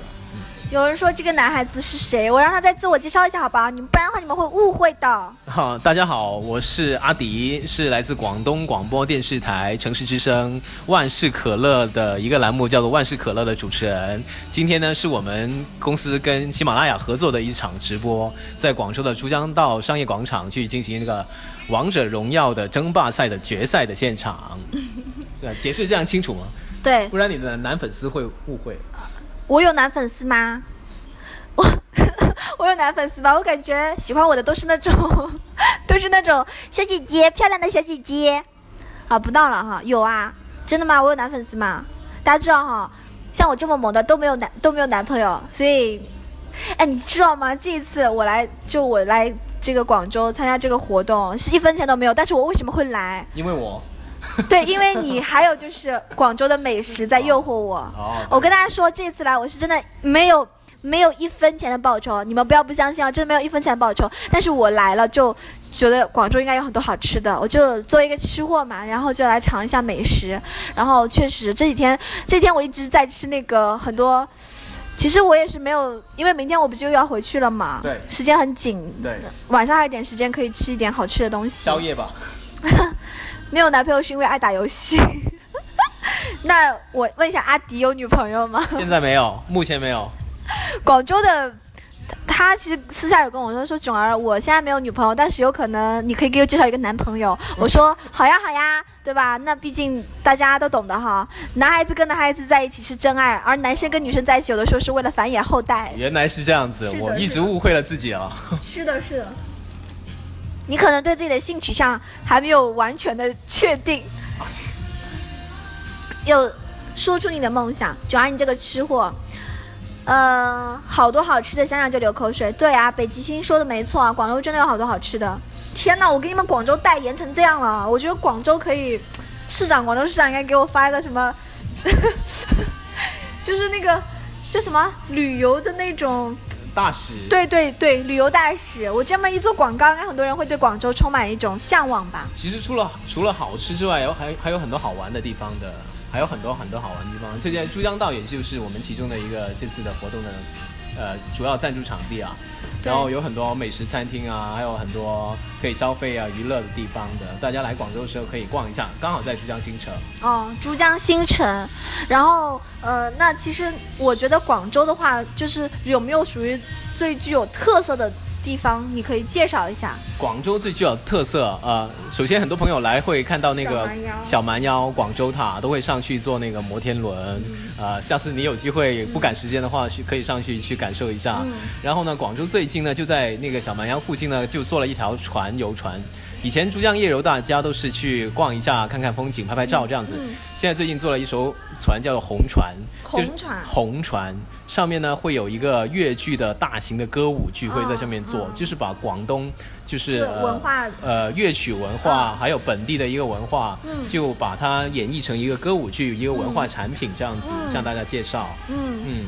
[SPEAKER 1] 有人说这个男孩子是谁，我让他再自我介绍一下好吧？你们不然的话你们会误会的。
[SPEAKER 4] 好，大家好，我是阿迪，是来自广东广播电视台城市之声万事可乐的一个栏目，叫做万事可乐的主持人。今天呢，是我们公司跟喜马拉雅合作的一场直播，在广州的珠江道商业广场去进行那个王者荣耀的争霸赛的决赛的现场。对，解释这样清楚吗？
[SPEAKER 1] 对
[SPEAKER 4] 不然你的男粉丝会误会。
[SPEAKER 1] 我有男粉丝吗？我 我有男粉丝吧？我感觉喜欢我的都是那种， 都是那种
[SPEAKER 5] 小姐姐，漂亮的小姐姐，
[SPEAKER 1] 啊，不闹了哈，有啊，真的吗？我有男粉丝吗？大家知道哈，像我这么萌的都没有男都没有男朋友，所以，哎，你知道吗？这一次我来就我来这个广州参加这个活动是一分钱都没有，但是我为什么会来？
[SPEAKER 4] 因为我
[SPEAKER 1] 对，因为你还有就是广州的美食在诱惑我。
[SPEAKER 4] 哦
[SPEAKER 1] 我跟大家说，这次来我是真的没有没有一分钱的报酬，你们不要不相信啊，真的没有一分钱的报酬。但是我来了就觉得广州应该有很多好吃的，我就作为一个吃货嘛，然后就来尝一下美食。然后确实这几天这几天我一直在吃那个很多。其实我也是没有，因为明天我不就要回去了嘛，
[SPEAKER 4] 对
[SPEAKER 1] 时间很紧，
[SPEAKER 4] 对
[SPEAKER 1] 晚上还有一点时间可以吃一点好吃的东西。
[SPEAKER 4] 宵夜吧。
[SPEAKER 1] 没有男朋友是因为爱打游戏。 那我问一下，阿迪有女朋友吗？
[SPEAKER 4] 现在没有，目前没有。
[SPEAKER 1] 广州的他其实私下有跟我说，说囧儿，我现在没有女朋友，但是有可能你可以给我介绍一个男朋友。我说好呀好呀，对吧？那毕竟大家都懂的哈，男孩子跟男孩子在一起是真爱，而男生跟女生在一起有的时候是为了繁衍后代。
[SPEAKER 4] 原来是这样子，
[SPEAKER 1] 是的
[SPEAKER 4] 我一
[SPEAKER 1] 是
[SPEAKER 4] 直
[SPEAKER 1] 的
[SPEAKER 4] 误会了自己啊。
[SPEAKER 1] 是的，是的。你可能对自己的性取向还没有完全的确定，有说出你的梦想。九儿，你这个吃货，呃，好多好吃的，想想就流口水。对啊，北极星说的没错啊，广州真的有好多好吃的。天哪，我给你们广州代言成这样了，啊我觉得广州可以，市长，广州市长应该给我发一个什么， 就是那个叫什么旅游的那种
[SPEAKER 4] 大使，
[SPEAKER 1] 对对对，旅游大使，我这么一做广告，应该很多人会对广州充满一种向往吧？
[SPEAKER 4] 其实除了除了好吃之外，有还还有很多好玩的地方的，还有很多很多好玩的地方。这件珠江道也就是我们其中的一个这次的活动的呃主要赞助场地啊，
[SPEAKER 1] 对
[SPEAKER 4] 然后有很多美食餐厅啊，还有很多可以消费啊、娱乐的地方的，大家来广州的时候可以逛一下，刚好在珠江新城。
[SPEAKER 1] 哦，珠江新城，然后呃，那其实我觉得广州的话，就是有没有属于最具有特色的地方，你可以介绍一下？
[SPEAKER 4] 广州最具有特色，呃，首先很多朋友来会看到那个小蛮腰、广州塔，都会上去坐那个摩天轮，
[SPEAKER 1] 嗯
[SPEAKER 4] 呃，下次你有机会不赶时间的话，去可以上去去感受一下。
[SPEAKER 1] 嗯
[SPEAKER 4] 然后呢，广州最近呢就在那个小蛮腰附近呢，就做了一条船游船。以前珠江夜游大家都是去逛一下、看看风景、拍拍照这样子，现在最近做了一艘船叫做红船，
[SPEAKER 1] 嗯红
[SPEAKER 4] 就是
[SPEAKER 1] 船
[SPEAKER 4] 红船上面呢会有一个越剧的大型的歌舞剧会在上面做，
[SPEAKER 1] 嗯嗯
[SPEAKER 4] 就是把广东就是
[SPEAKER 1] 就
[SPEAKER 4] 呃
[SPEAKER 1] 文化
[SPEAKER 4] 呃乐曲文化、还有本地的一个文化，
[SPEAKER 1] 嗯
[SPEAKER 4] 就把它演绎成一个歌舞剧、一个文化产品这样子、
[SPEAKER 1] 嗯
[SPEAKER 4] 向大家介绍。
[SPEAKER 1] 嗯，
[SPEAKER 4] 嗯，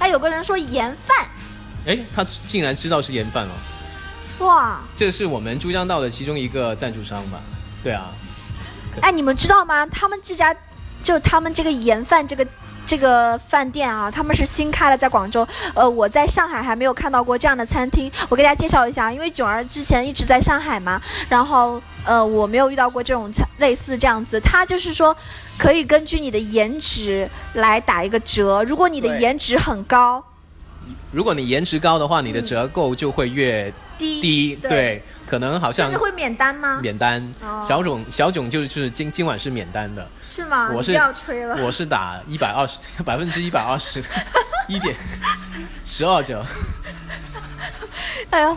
[SPEAKER 1] 哎，有个人说盐饭，
[SPEAKER 4] 哎，他竟然知道是盐饭了，
[SPEAKER 1] 哇，
[SPEAKER 4] 这是我们珠江道的其中一个赞助商吧？对啊，
[SPEAKER 1] 哎，你们知道吗？他们这家，就他们这个盐饭这个这个饭店啊，他们是新开的，在广州。呃，我在上海还没有看到过这样的餐厅。我给大家介绍一下，因为囧儿之前一直在上海嘛，然后呃，我没有遇到过这种餐类似这样子。它就是说，可以根据你的颜值来打一个折，如果你的
[SPEAKER 4] 对
[SPEAKER 1] 颜值很高，
[SPEAKER 4] 如果你颜值高的话，你的折扣就会越
[SPEAKER 1] 低
[SPEAKER 4] 低，
[SPEAKER 1] 嗯对，
[SPEAKER 4] 对，可能好像
[SPEAKER 1] 就是会免单吗？
[SPEAKER 4] 免单。
[SPEAKER 1] 哦
[SPEAKER 4] 小囧小囧就是今今晚是免 单的，
[SPEAKER 1] 是吗？
[SPEAKER 4] 我
[SPEAKER 1] 你
[SPEAKER 4] 是
[SPEAKER 1] 不要吹了。
[SPEAKER 4] 我是打一百二十百分之一百二十一点十二折，
[SPEAKER 1] 哎呦，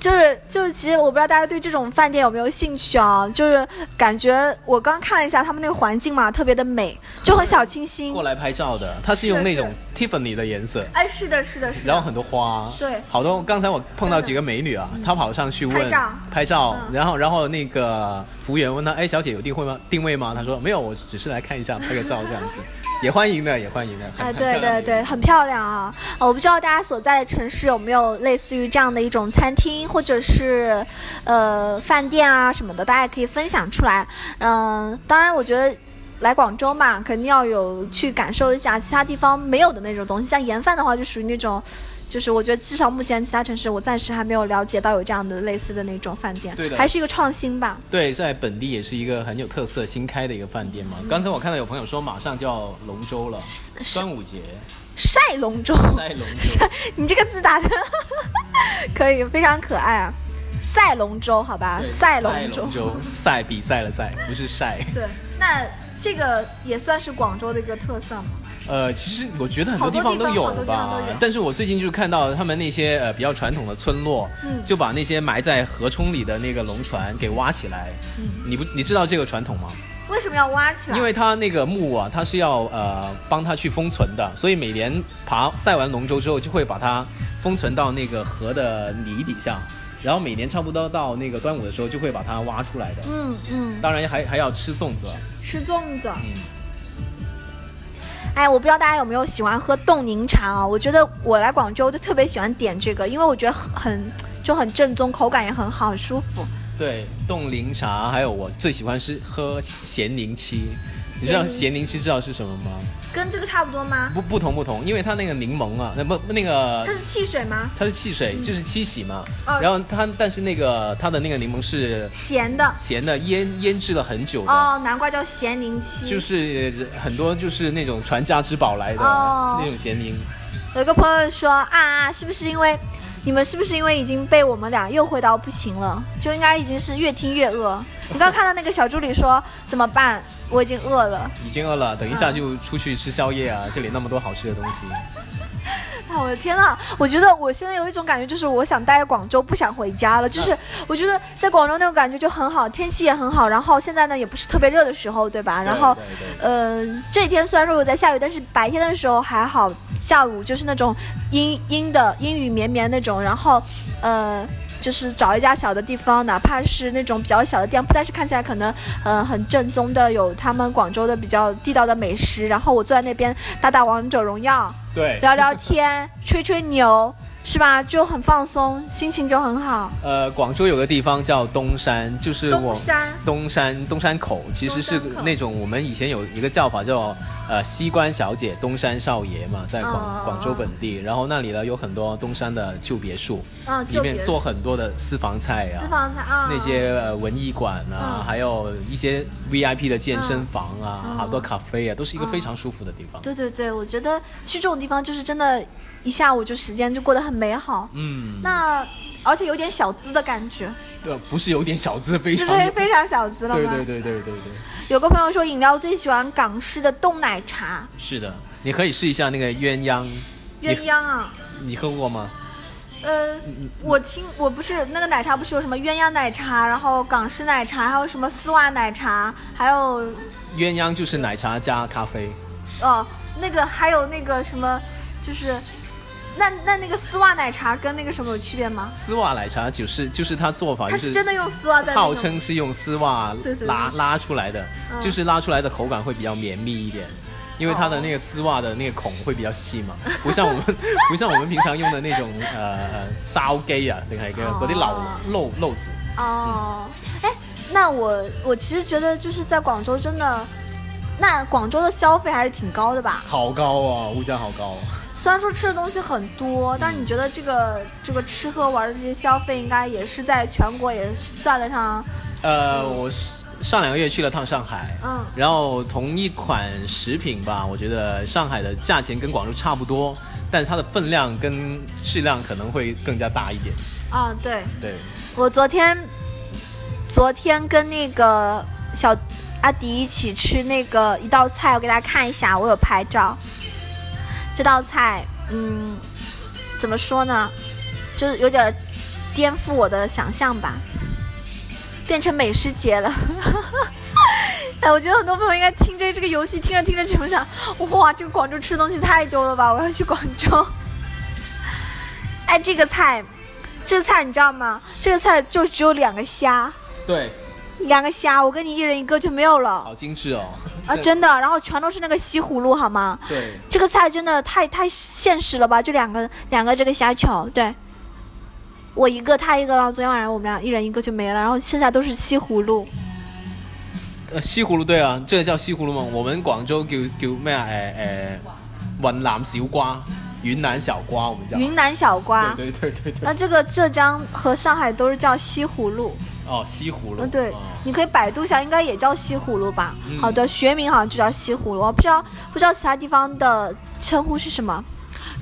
[SPEAKER 1] 就是就是，其实我不知道大家对这种饭店有没有兴趣啊？就是感觉我刚看了一下他们那个环境嘛，特别的美，就很小清新
[SPEAKER 4] 过。来拍照的，它是用那种 Tiffany 的颜色，
[SPEAKER 1] 哎，是的，是的，是
[SPEAKER 4] 然后
[SPEAKER 1] 的。
[SPEAKER 4] 很多花，
[SPEAKER 1] 对
[SPEAKER 4] 好多。刚才我碰到几个美女啊，她跑上去问
[SPEAKER 1] 拍照
[SPEAKER 4] 拍照
[SPEAKER 1] 嗯
[SPEAKER 4] 然后然后那个服务员问她，哎，小姐有定位吗？定位吗？她说没有，啊我只是来看一下，拍个照这样 子，也欢迎的，也欢迎的。
[SPEAKER 1] 哎，
[SPEAKER 4] 很
[SPEAKER 1] 对对对，，很漂亮啊！呃我不知道大家所在的城市有没有类似于这样的一种餐厅，或者是呃饭店啊什么的，大家也可以分享出来。嗯、当然，我觉得来广州嘛，肯定要有去感受一下其他地方没有的那种东西。像盐饭的话，就属于那种，就是我觉得至少目前其他城市我暂时还没有了解到有这样的类似的那种饭店，
[SPEAKER 4] 对的
[SPEAKER 1] 还是一个创新吧。
[SPEAKER 4] 对，在本地也是一个很有特色、新开的一个饭店嘛。刚才我看到有朋友说马上就要龙舟了，端午节
[SPEAKER 1] 晒龙舟，
[SPEAKER 4] 在龙舟，
[SPEAKER 1] 你这个字打的可以，非常可爱啊！赛龙舟，好吧
[SPEAKER 4] 对，
[SPEAKER 1] 赛
[SPEAKER 4] 赛
[SPEAKER 1] 龙舟
[SPEAKER 4] 龙。舟，赛比赛的赛，不是晒。
[SPEAKER 1] 对，那这个也算是广州的一个特色嘛。
[SPEAKER 4] 呃，其实我觉得很
[SPEAKER 1] 好多
[SPEAKER 4] 多地
[SPEAKER 1] 地
[SPEAKER 4] 方都
[SPEAKER 1] 方
[SPEAKER 4] 有
[SPEAKER 1] 好多地方
[SPEAKER 4] 吧
[SPEAKER 1] 都有，
[SPEAKER 4] 但是我最近就是看到他们那些呃比较传统的村落，
[SPEAKER 1] 嗯
[SPEAKER 4] 就把那些埋在河冲里的那个龙船给挖起来。
[SPEAKER 1] 嗯
[SPEAKER 4] 你不你知道这个传统吗？
[SPEAKER 1] 为什么要挖起来？
[SPEAKER 4] 因为它那个木啊，它是要呃帮它去封存的，所以每年爬赛完龙舟之后，就会把它封存到那个河的泥底下，然后每年差不多到那个端午的时候，就会把它挖出来的。
[SPEAKER 1] 嗯嗯，
[SPEAKER 4] 当然还还要吃粽子，
[SPEAKER 1] 吃粽子。
[SPEAKER 4] 嗯，
[SPEAKER 1] 哎，我不知道大家有没有喜欢喝冻柠茶啊？我觉得我来广州就特别喜欢点这个，因为我觉得很很就很正宗，口感也很好，很舒服。
[SPEAKER 4] 对，冻柠茶，还有我最喜欢是喝咸柠七。你知道咸柠七知道是什么吗？
[SPEAKER 1] 跟这个差不多吗？
[SPEAKER 4] 不不同不同，因为它那个柠檬啊，那不那个
[SPEAKER 1] 它是汽水吗？
[SPEAKER 4] 它是汽水，就是七喜嘛。
[SPEAKER 1] 哦
[SPEAKER 4] 然后它但是那个它的那个柠檬是
[SPEAKER 1] 咸的
[SPEAKER 4] 咸的，腌腌制了很久的，
[SPEAKER 1] 哦，难怪叫咸柠七。
[SPEAKER 4] 就是很多就是那种传家之宝来的、
[SPEAKER 1] 哦
[SPEAKER 4] 那种咸柠。
[SPEAKER 1] 有一个朋友说啊，是不是因为你们是不是因为已经被我们俩诱惑到不行了，就应该已经是越听越饿？你刚刚看到那个小助理说怎么办？我已经饿了，
[SPEAKER 4] 已经饿了，等一下就出去吃宵夜
[SPEAKER 1] 嗯
[SPEAKER 4] 啊！这里那么多好吃的东西。
[SPEAKER 1] 哎，我的天呐！我觉得我现在有一种感觉，就是我想待在广州，不想回家了。就是我觉得在广州那种感觉就很好，天气也很好，然后现在呢也不是特别热的时候，对吧？然后
[SPEAKER 4] 对对对
[SPEAKER 1] 呃，这几天虽然说有在下雨，但是白天的时候还好，下午就是那种阴阴的阴雨绵绵那种，然后呃。就是找一家小的地方，哪怕是那种比较小的店铺，但是看起来可能，呃，很正宗的，有他们广州的比较地道的美食。然后我坐在那边打打王者荣耀，
[SPEAKER 4] 对，
[SPEAKER 1] 聊聊天，吹吹牛，是吧？就很放松，心情就很好。
[SPEAKER 4] 呃，广州有个地方叫东山，就是我
[SPEAKER 1] 东山
[SPEAKER 4] 东山东山口，其实是
[SPEAKER 1] 东山口
[SPEAKER 4] 那种我们以前有一个叫法叫呃西关小姐、东山少爷嘛，在广、
[SPEAKER 1] 哦
[SPEAKER 4] 广州本地，然后那里呢有很多东山的旧别墅，
[SPEAKER 1] 嗯，
[SPEAKER 4] 里
[SPEAKER 1] 就
[SPEAKER 4] 面做很多的私房菜
[SPEAKER 1] 私
[SPEAKER 4] 啊。
[SPEAKER 1] 房菜啊，
[SPEAKER 4] 那些呃文艺馆啊，
[SPEAKER 1] 嗯
[SPEAKER 4] 还有一些 VIP 的健身房啊，
[SPEAKER 1] 嗯
[SPEAKER 4] 好多咖啡啊，都是一个
[SPEAKER 1] 嗯
[SPEAKER 4] 非常舒服的地方。
[SPEAKER 1] 对对对，我觉得去这种地方就是真的，一下午就时间就过得很美好。
[SPEAKER 4] 嗯，
[SPEAKER 1] 那而且有点小资的感觉，
[SPEAKER 4] 对，不是有点小资， 非
[SPEAKER 1] 是
[SPEAKER 4] 常
[SPEAKER 1] 不是非常小资了吗？
[SPEAKER 4] 对对对对对对，
[SPEAKER 1] 有个朋友说饮料最喜欢港式的冻奶茶，
[SPEAKER 4] 是的，你可以试一下那个鸳鸯，你
[SPEAKER 1] 鸳鸯啊。
[SPEAKER 4] 你喝过吗？嗯
[SPEAKER 1] 呃，我听我不是那个奶茶，不是有什么鸳鸯奶茶，然后港式奶茶，还有什么丝袜奶茶，还有
[SPEAKER 4] 鸳鸯就是奶茶加咖啡，
[SPEAKER 1] 哦，那个还有那个什么，就是那那那个丝袜奶茶跟那个什么有区别吗？
[SPEAKER 4] 丝袜奶茶就是就是它做法
[SPEAKER 1] 它
[SPEAKER 4] 就是是
[SPEAKER 1] 真的用丝袜在
[SPEAKER 4] 号
[SPEAKER 1] 弄
[SPEAKER 4] 称是用丝袜
[SPEAKER 1] 对对对
[SPEAKER 4] 拉拉出来的，
[SPEAKER 1] 嗯
[SPEAKER 4] 就是拉出来的口感会比较绵密一点。因为它的那个丝袜的那个孔会比较细 嘛，不像我们不像我们平常用的那种呃烧鸡啊，定係嘅嗰啲漏
[SPEAKER 1] 哦
[SPEAKER 4] 漏漏子。
[SPEAKER 1] 哦，哎，那我我其实觉得就是在广州真的。那广州的消费还是挺高的吧？
[SPEAKER 4] 好高啊，物价好高、啊。
[SPEAKER 1] 虽然说吃的东西很多，但你觉得这个这个吃喝玩的这些消费，应该也是在全国也是算得上，
[SPEAKER 4] 呃，我是上两个月去了趟上海，
[SPEAKER 1] 嗯
[SPEAKER 4] 然后同一款食品吧，我觉得上海的价钱跟广州差不多，但是它的分量跟质量可能会更加大一点。
[SPEAKER 1] 啊、对，
[SPEAKER 4] 对，
[SPEAKER 1] 我昨天昨天跟那个小阿迪一起吃那个一道菜，我给大家看一下，我有拍照。这道菜，嗯，怎么说呢，就是有点颠覆我的想象吧，变成美食节了。 哎，我觉得很多朋友应该听着这个游戏，听着听着就想，哇，这个广州吃的东西太多了吧，我要去广州。哎，这个菜，这个菜你知道吗？这个菜就只有两个虾，
[SPEAKER 4] 对，
[SPEAKER 1] 两个虾，我跟你一人一个就没有了
[SPEAKER 4] 好精致哦。
[SPEAKER 1] 啊，
[SPEAKER 4] 对
[SPEAKER 1] 真的。然后全都是那个西葫芦，好吗？
[SPEAKER 4] 对，
[SPEAKER 1] 这个菜真的太太现实了吧？就两个两个这个虾球，对，我一个他一个，然后昨天晚上我们俩一人一个就没了，然后剩下都是西葫芦。
[SPEAKER 4] 呃，西葫芦对啊，这个叫西葫芦嘛。我们广州叫叫咩啊？诶、誒，雲南小瓜，云南小瓜，我们叫。
[SPEAKER 1] 云南小瓜。
[SPEAKER 4] 对对对对对。
[SPEAKER 1] 那这个浙江和上海都是叫西葫芦，
[SPEAKER 4] 哦，西葫芦。
[SPEAKER 1] 嗯，对
[SPEAKER 4] 哦，
[SPEAKER 1] 你可以百度一下，应该也叫西葫芦吧？
[SPEAKER 4] 嗯
[SPEAKER 1] 好的，学名好像就叫西葫芦，我不知道不知道其他地方的称呼是什么。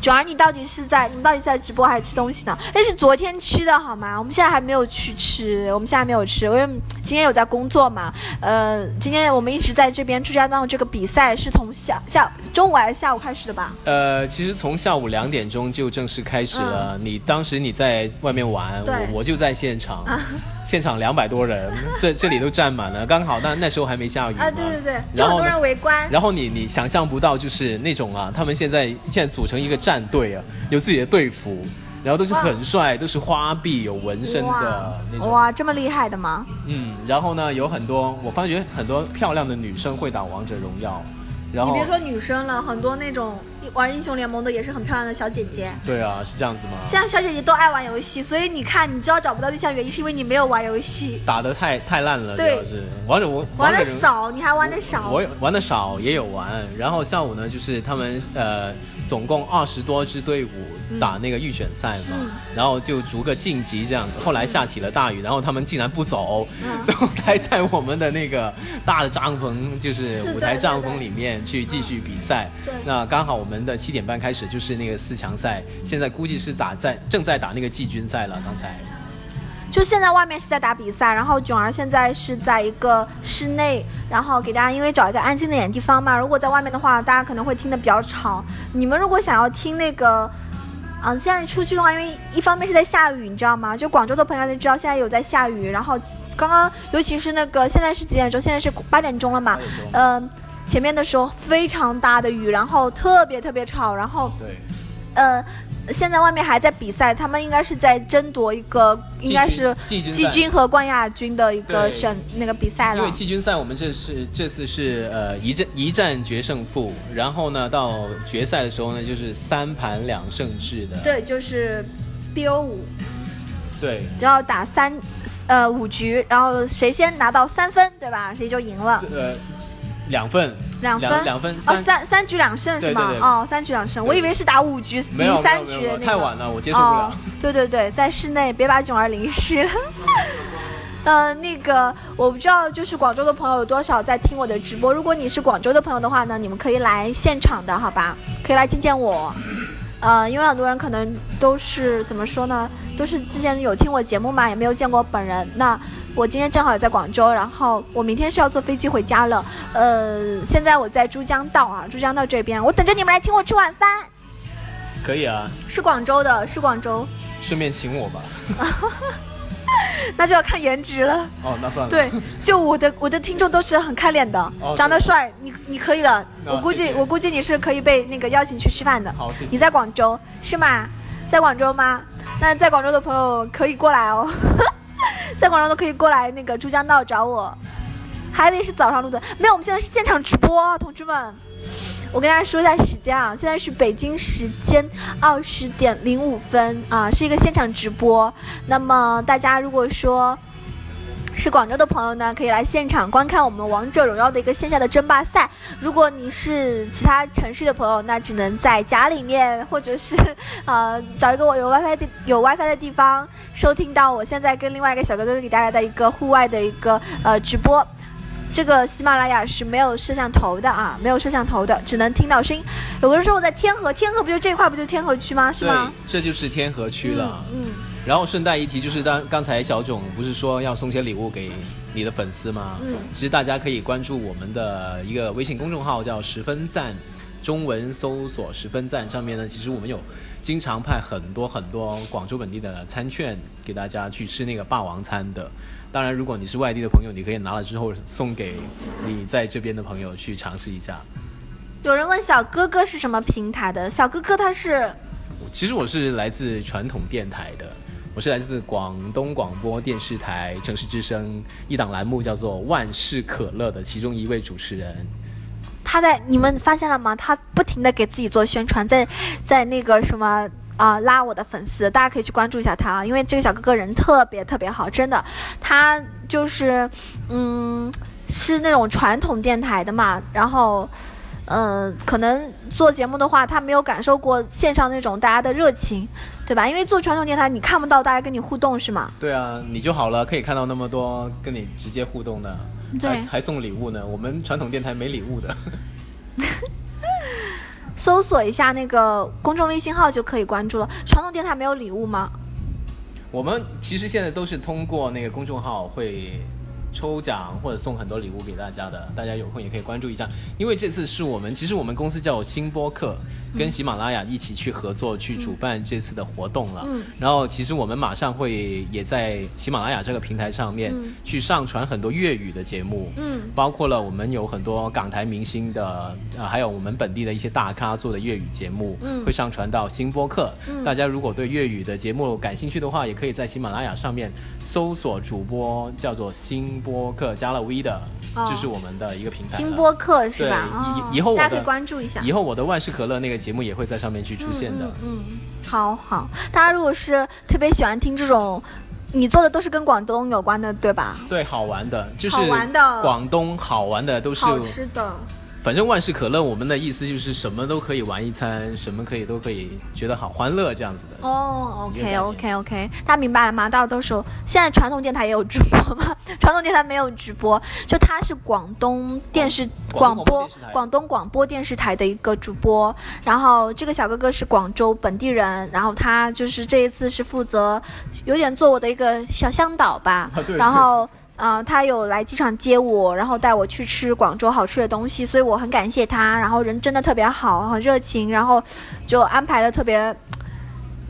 [SPEAKER 1] 卷儿，你到底是在你们到底在直播还是吃东西呢？那是昨天吃的好吗？我们现在还没有去吃，我们现在还没有吃，因为今天有在工作嘛。呃，今天我们一直在这边，朱家道这个比赛是从下下中午还是下午开始的吧？
[SPEAKER 4] 呃，其实从下午两点钟就正式开始了。你当时你在外面玩，
[SPEAKER 1] 嗯对啊
[SPEAKER 4] 我我就在现场， 现场两百多人，这这里都站满了。刚好那那时候还没下雨
[SPEAKER 1] 啊，
[SPEAKER 4] 嘛
[SPEAKER 1] 对对对，就
[SPEAKER 4] 然
[SPEAKER 1] 很
[SPEAKER 4] 后
[SPEAKER 1] 多
[SPEAKER 4] 呢
[SPEAKER 1] 人围观。
[SPEAKER 4] 然后你你想象不到，就是那种啊，他们现在现在组成一个战队啊，有自己的队服，然后都是很帅，都是花臂有纹身的
[SPEAKER 1] 哇
[SPEAKER 4] 那种，
[SPEAKER 1] 哇，这么厉害的吗？
[SPEAKER 4] 嗯，然后呢，有很多我发觉很多漂亮的女生会打王者荣耀，然
[SPEAKER 1] 你
[SPEAKER 4] 后
[SPEAKER 1] 别说女生了，很多那种玩英雄联盟的也是很漂亮的小姐姐。
[SPEAKER 4] 对啊，是这样子吗？
[SPEAKER 1] 现在小姐姐都爱玩游戏，所以你看，你知道找不到对象原因是因为你没有玩游戏，
[SPEAKER 4] 打得太太烂了，主
[SPEAKER 1] 对
[SPEAKER 4] 要是王者我
[SPEAKER 1] 玩的
[SPEAKER 4] 王者荣
[SPEAKER 1] 少，你还玩的少。
[SPEAKER 4] 我有玩的少也有玩，然后下午呢，就是他们呃，总共二十多支队伍
[SPEAKER 1] 嗯
[SPEAKER 4] 打那个预选赛嘛，然后就逐个晋级这样子。后来下起了大雨，然后他们竟然不走，
[SPEAKER 1] 嗯
[SPEAKER 4] 然后待在我们的那个大的帐篷，就是
[SPEAKER 1] 是
[SPEAKER 4] 舞台
[SPEAKER 1] 对
[SPEAKER 4] 帐
[SPEAKER 1] 对
[SPEAKER 4] 篷里面去继续比赛。
[SPEAKER 1] 对
[SPEAKER 4] 那刚好我们的七点半开始就是那个四强赛，现在估计是打在正在打那个季军赛了。刚才
[SPEAKER 1] 啊就现在外面是在打比赛，然后囧儿现在是在一个室内，然后给大家因为找一个安静的点地方嘛。如果在外面的话，大家可能会听得比较吵。你们如果想要听那个，嗯、现在出去的话，因为一方面是在下雨，你知道吗？就广州的朋友就知道现在有在下雨，然后嗯刚刚尤其是那个现在是几点钟？现在是八点钟了嘛？嗯、前面的时候非常大的雨，然后特别特别吵，然后
[SPEAKER 4] 对，
[SPEAKER 1] 呃，现在外面还在比赛，他们应该是在争夺一个，应该是
[SPEAKER 4] 季军
[SPEAKER 1] 季
[SPEAKER 4] 赛
[SPEAKER 1] 军和冠亚军的一个
[SPEAKER 4] 对
[SPEAKER 1] 选那个比赛
[SPEAKER 4] 因为
[SPEAKER 1] 了。
[SPEAKER 4] 季军赛我们这是这次是呃一战一战决胜负，然后呢到决赛的时候呢就是三盘两胜制的，
[SPEAKER 1] 对，就是 BO 五，
[SPEAKER 4] 对
[SPEAKER 1] 只要打三呃五局，然后谁先拿到三分，对吧？谁就赢了。
[SPEAKER 4] 呃两份
[SPEAKER 1] 两分
[SPEAKER 4] 两两分
[SPEAKER 1] 哦，三三局两胜是吗？
[SPEAKER 4] 对对对
[SPEAKER 1] 哦，三局两胜，我以为是打五局
[SPEAKER 4] 没有
[SPEAKER 1] 赢
[SPEAKER 4] 没有
[SPEAKER 1] 三
[SPEAKER 4] 没有
[SPEAKER 1] 局
[SPEAKER 4] 没有
[SPEAKER 1] 那个。
[SPEAKER 4] 太晚了，我接受不了。
[SPEAKER 1] 哦。对对对，在室内别把囧儿淋湿。 呃，那个我不知道，就是广州的朋友有多少在听我的直播。如果你是广州的朋友的话呢，你们可以来现场的，好吧？可以来见见 我。呃，因为很多人可能都是怎么说呢，都是之前有听我节目嘛，也没有见过本人。那我今天正好也在广州，然后我明天是要坐飞机回家了。呃，现在我在珠江道啊，珠江道这边，我等着你们来请我吃晚饭。
[SPEAKER 4] 可以啊，
[SPEAKER 1] 是广州的，是广州。
[SPEAKER 4] 顺便请我吧。
[SPEAKER 1] 那就要看颜值 了。
[SPEAKER 4] 哦，那算了。
[SPEAKER 1] 对，就我的我的听众都是很看脸的，
[SPEAKER 4] 哦
[SPEAKER 1] 长得帅，你你可以的。
[SPEAKER 4] 那
[SPEAKER 1] 我估计
[SPEAKER 4] 谢谢
[SPEAKER 1] 我估计你是可以被那个邀请去吃饭的。
[SPEAKER 4] 好，谢谢。
[SPEAKER 1] 你在广州是吗？在广州吗？那在广州的朋友可以过来哦， 在广州都可以过来那个珠江道找我。还以为是早上录的，没有，我们现在是现场直播，同志们。我跟大家说一下时间啊，现在是北京时间二十点零五分啊，是一个现场直播。那么大家如果说是广州的朋友呢，可以来现场观看我们《王者荣耀》的一个线下的争霸赛。如果你是其他城市的朋友，那只能在家里面，或者是呃找一个我有 WiFi 的有 WiFi 的地方收听到我现在跟另外一个小哥哥给大家的一个户外的一个呃直播。这个喜马拉雅是没有摄像头的啊，没有摄像头的，只能听到声音。有个人说我在天河，天河不就这块不就天河区吗？是
[SPEAKER 4] 对
[SPEAKER 1] 吗？，
[SPEAKER 4] 这就是天河区啊了。
[SPEAKER 1] 嗯，
[SPEAKER 4] 然后顺带一提，就是当刚才小囧不是说要送些礼物给你的粉丝吗？
[SPEAKER 1] 嗯
[SPEAKER 4] 其实大家可以关注我们的一个微信公众号，叫“十分赞”。中文搜索十分赞上面呢，其实我们有经常派很多很多广州本地的餐券给大家去吃那个霸王餐的。当然，如果你是外地的朋友，你可以拿了之后送给你在这边的朋友去尝试一下。
[SPEAKER 1] 有人问小哥哥是什么平台的？小哥哥他是
[SPEAKER 4] 其实我是来自传统电台的，我是来自广东广播电视台城市之声一档栏目叫做《万事可乐》的其中一位主持人。
[SPEAKER 1] 他在你们发现了吗？他不停的给自己做宣传，在在那个什么啊、拉我的粉丝，大家可以去关注一下他啊，因为这个小哥哥人特别特别好，真的，他就是嗯是那种传统电台的嘛，然后。嗯，可能做节目的话，他没有感受过线上那种大家的热情，对吧？因为做传统电台，你看不到大家跟你互动，是吗？
[SPEAKER 4] 对啊，你就好了，可以看到那么多跟你直接互动的，
[SPEAKER 1] 对
[SPEAKER 4] 还还送礼物呢。我们传统电台没礼物的。
[SPEAKER 1] 搜索一下那个公众微信号就可以关注了。传统电台没有礼物吗？
[SPEAKER 4] 我们其实现在都是通过那个公众号会抽奖或者送很多礼物给大家的，大家有空也可以关注一下。因为这次是我们，其实我们公司叫新播客，跟喜马拉雅一起去合作去主办这次的活动了。
[SPEAKER 1] 嗯
[SPEAKER 4] 然后其实我们马上会也在喜马拉雅这个平台上面
[SPEAKER 1] 嗯
[SPEAKER 4] 去上传很多粤语的节目。
[SPEAKER 1] 嗯
[SPEAKER 4] 包括了我们有很多港台明星的，啊，还有我们本地的一些大咖做的粤语节目，
[SPEAKER 1] 嗯
[SPEAKER 4] 会上传到新播客。
[SPEAKER 1] 嗯
[SPEAKER 4] 大家如果对粤语的节目感兴趣的话，也可以在喜马拉雅上面搜索主播叫做新播客，加了 V 的，
[SPEAKER 1] 哦
[SPEAKER 4] 就是我们的一个平台了。
[SPEAKER 1] 新播客是吧？
[SPEAKER 4] 对
[SPEAKER 1] 哦
[SPEAKER 4] 以以后我的
[SPEAKER 1] 大家可以关注一下。
[SPEAKER 4] 以后我的万事可乐那个节目也会在上面去出现的。
[SPEAKER 1] 嗯嗯嗯，好好，大家如果是特别喜欢听这种，你做的都是跟广东有关的，对吧？
[SPEAKER 4] 对，好玩的，就是
[SPEAKER 1] 好玩的
[SPEAKER 4] 广东好玩的都是
[SPEAKER 1] 好吃的，
[SPEAKER 4] 反正万事可乐，我们的意思就是什么都可以玩一餐，什么可以都可以觉得好欢乐这样子的。
[SPEAKER 1] 哦
[SPEAKER 4] 一个
[SPEAKER 1] ，OK
[SPEAKER 4] 概念
[SPEAKER 1] OK OK，大家明白了吗？到到时候现在传统电台也有直播吗？ 传统电台没有直播，就他是广东电视
[SPEAKER 4] 广
[SPEAKER 1] 广播
[SPEAKER 4] 广东广播电视台
[SPEAKER 1] 广东广播电视台的一个主播，然后这个小哥哥是广州本地人，然后他就是这一次是负责有点做我的一个小向导吧，
[SPEAKER 4] 啊对
[SPEAKER 1] 然后。啊、他有来机场接我，然后带我去吃广州好吃的东西，所以我很感谢他。然后人真的特别好，很热情，然后就安排的特别，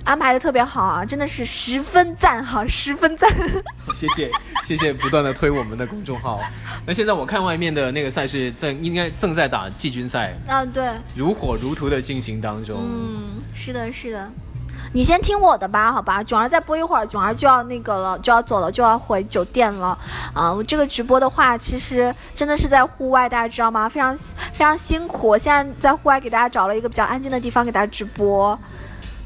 [SPEAKER 1] 安排的特别好啊，真的是十分赞哈，十分赞。
[SPEAKER 4] 谢谢谢谢不断的推我们的公众号。那现在我看外面的那个赛事正应该正在打季军赛，
[SPEAKER 1] 啊，对，
[SPEAKER 4] 如火如荼的进行当中。
[SPEAKER 1] 嗯，是的，是的。你先听我的吧，好吧？囧儿再播一会儿，囧儿就要那个了，就要走了，就要回酒店了。啊、我这个直播的话，其实真的是在户外，大家知道吗？非常非常辛苦。我现在在户外给大家找了一个比较安静的地方给大家直播。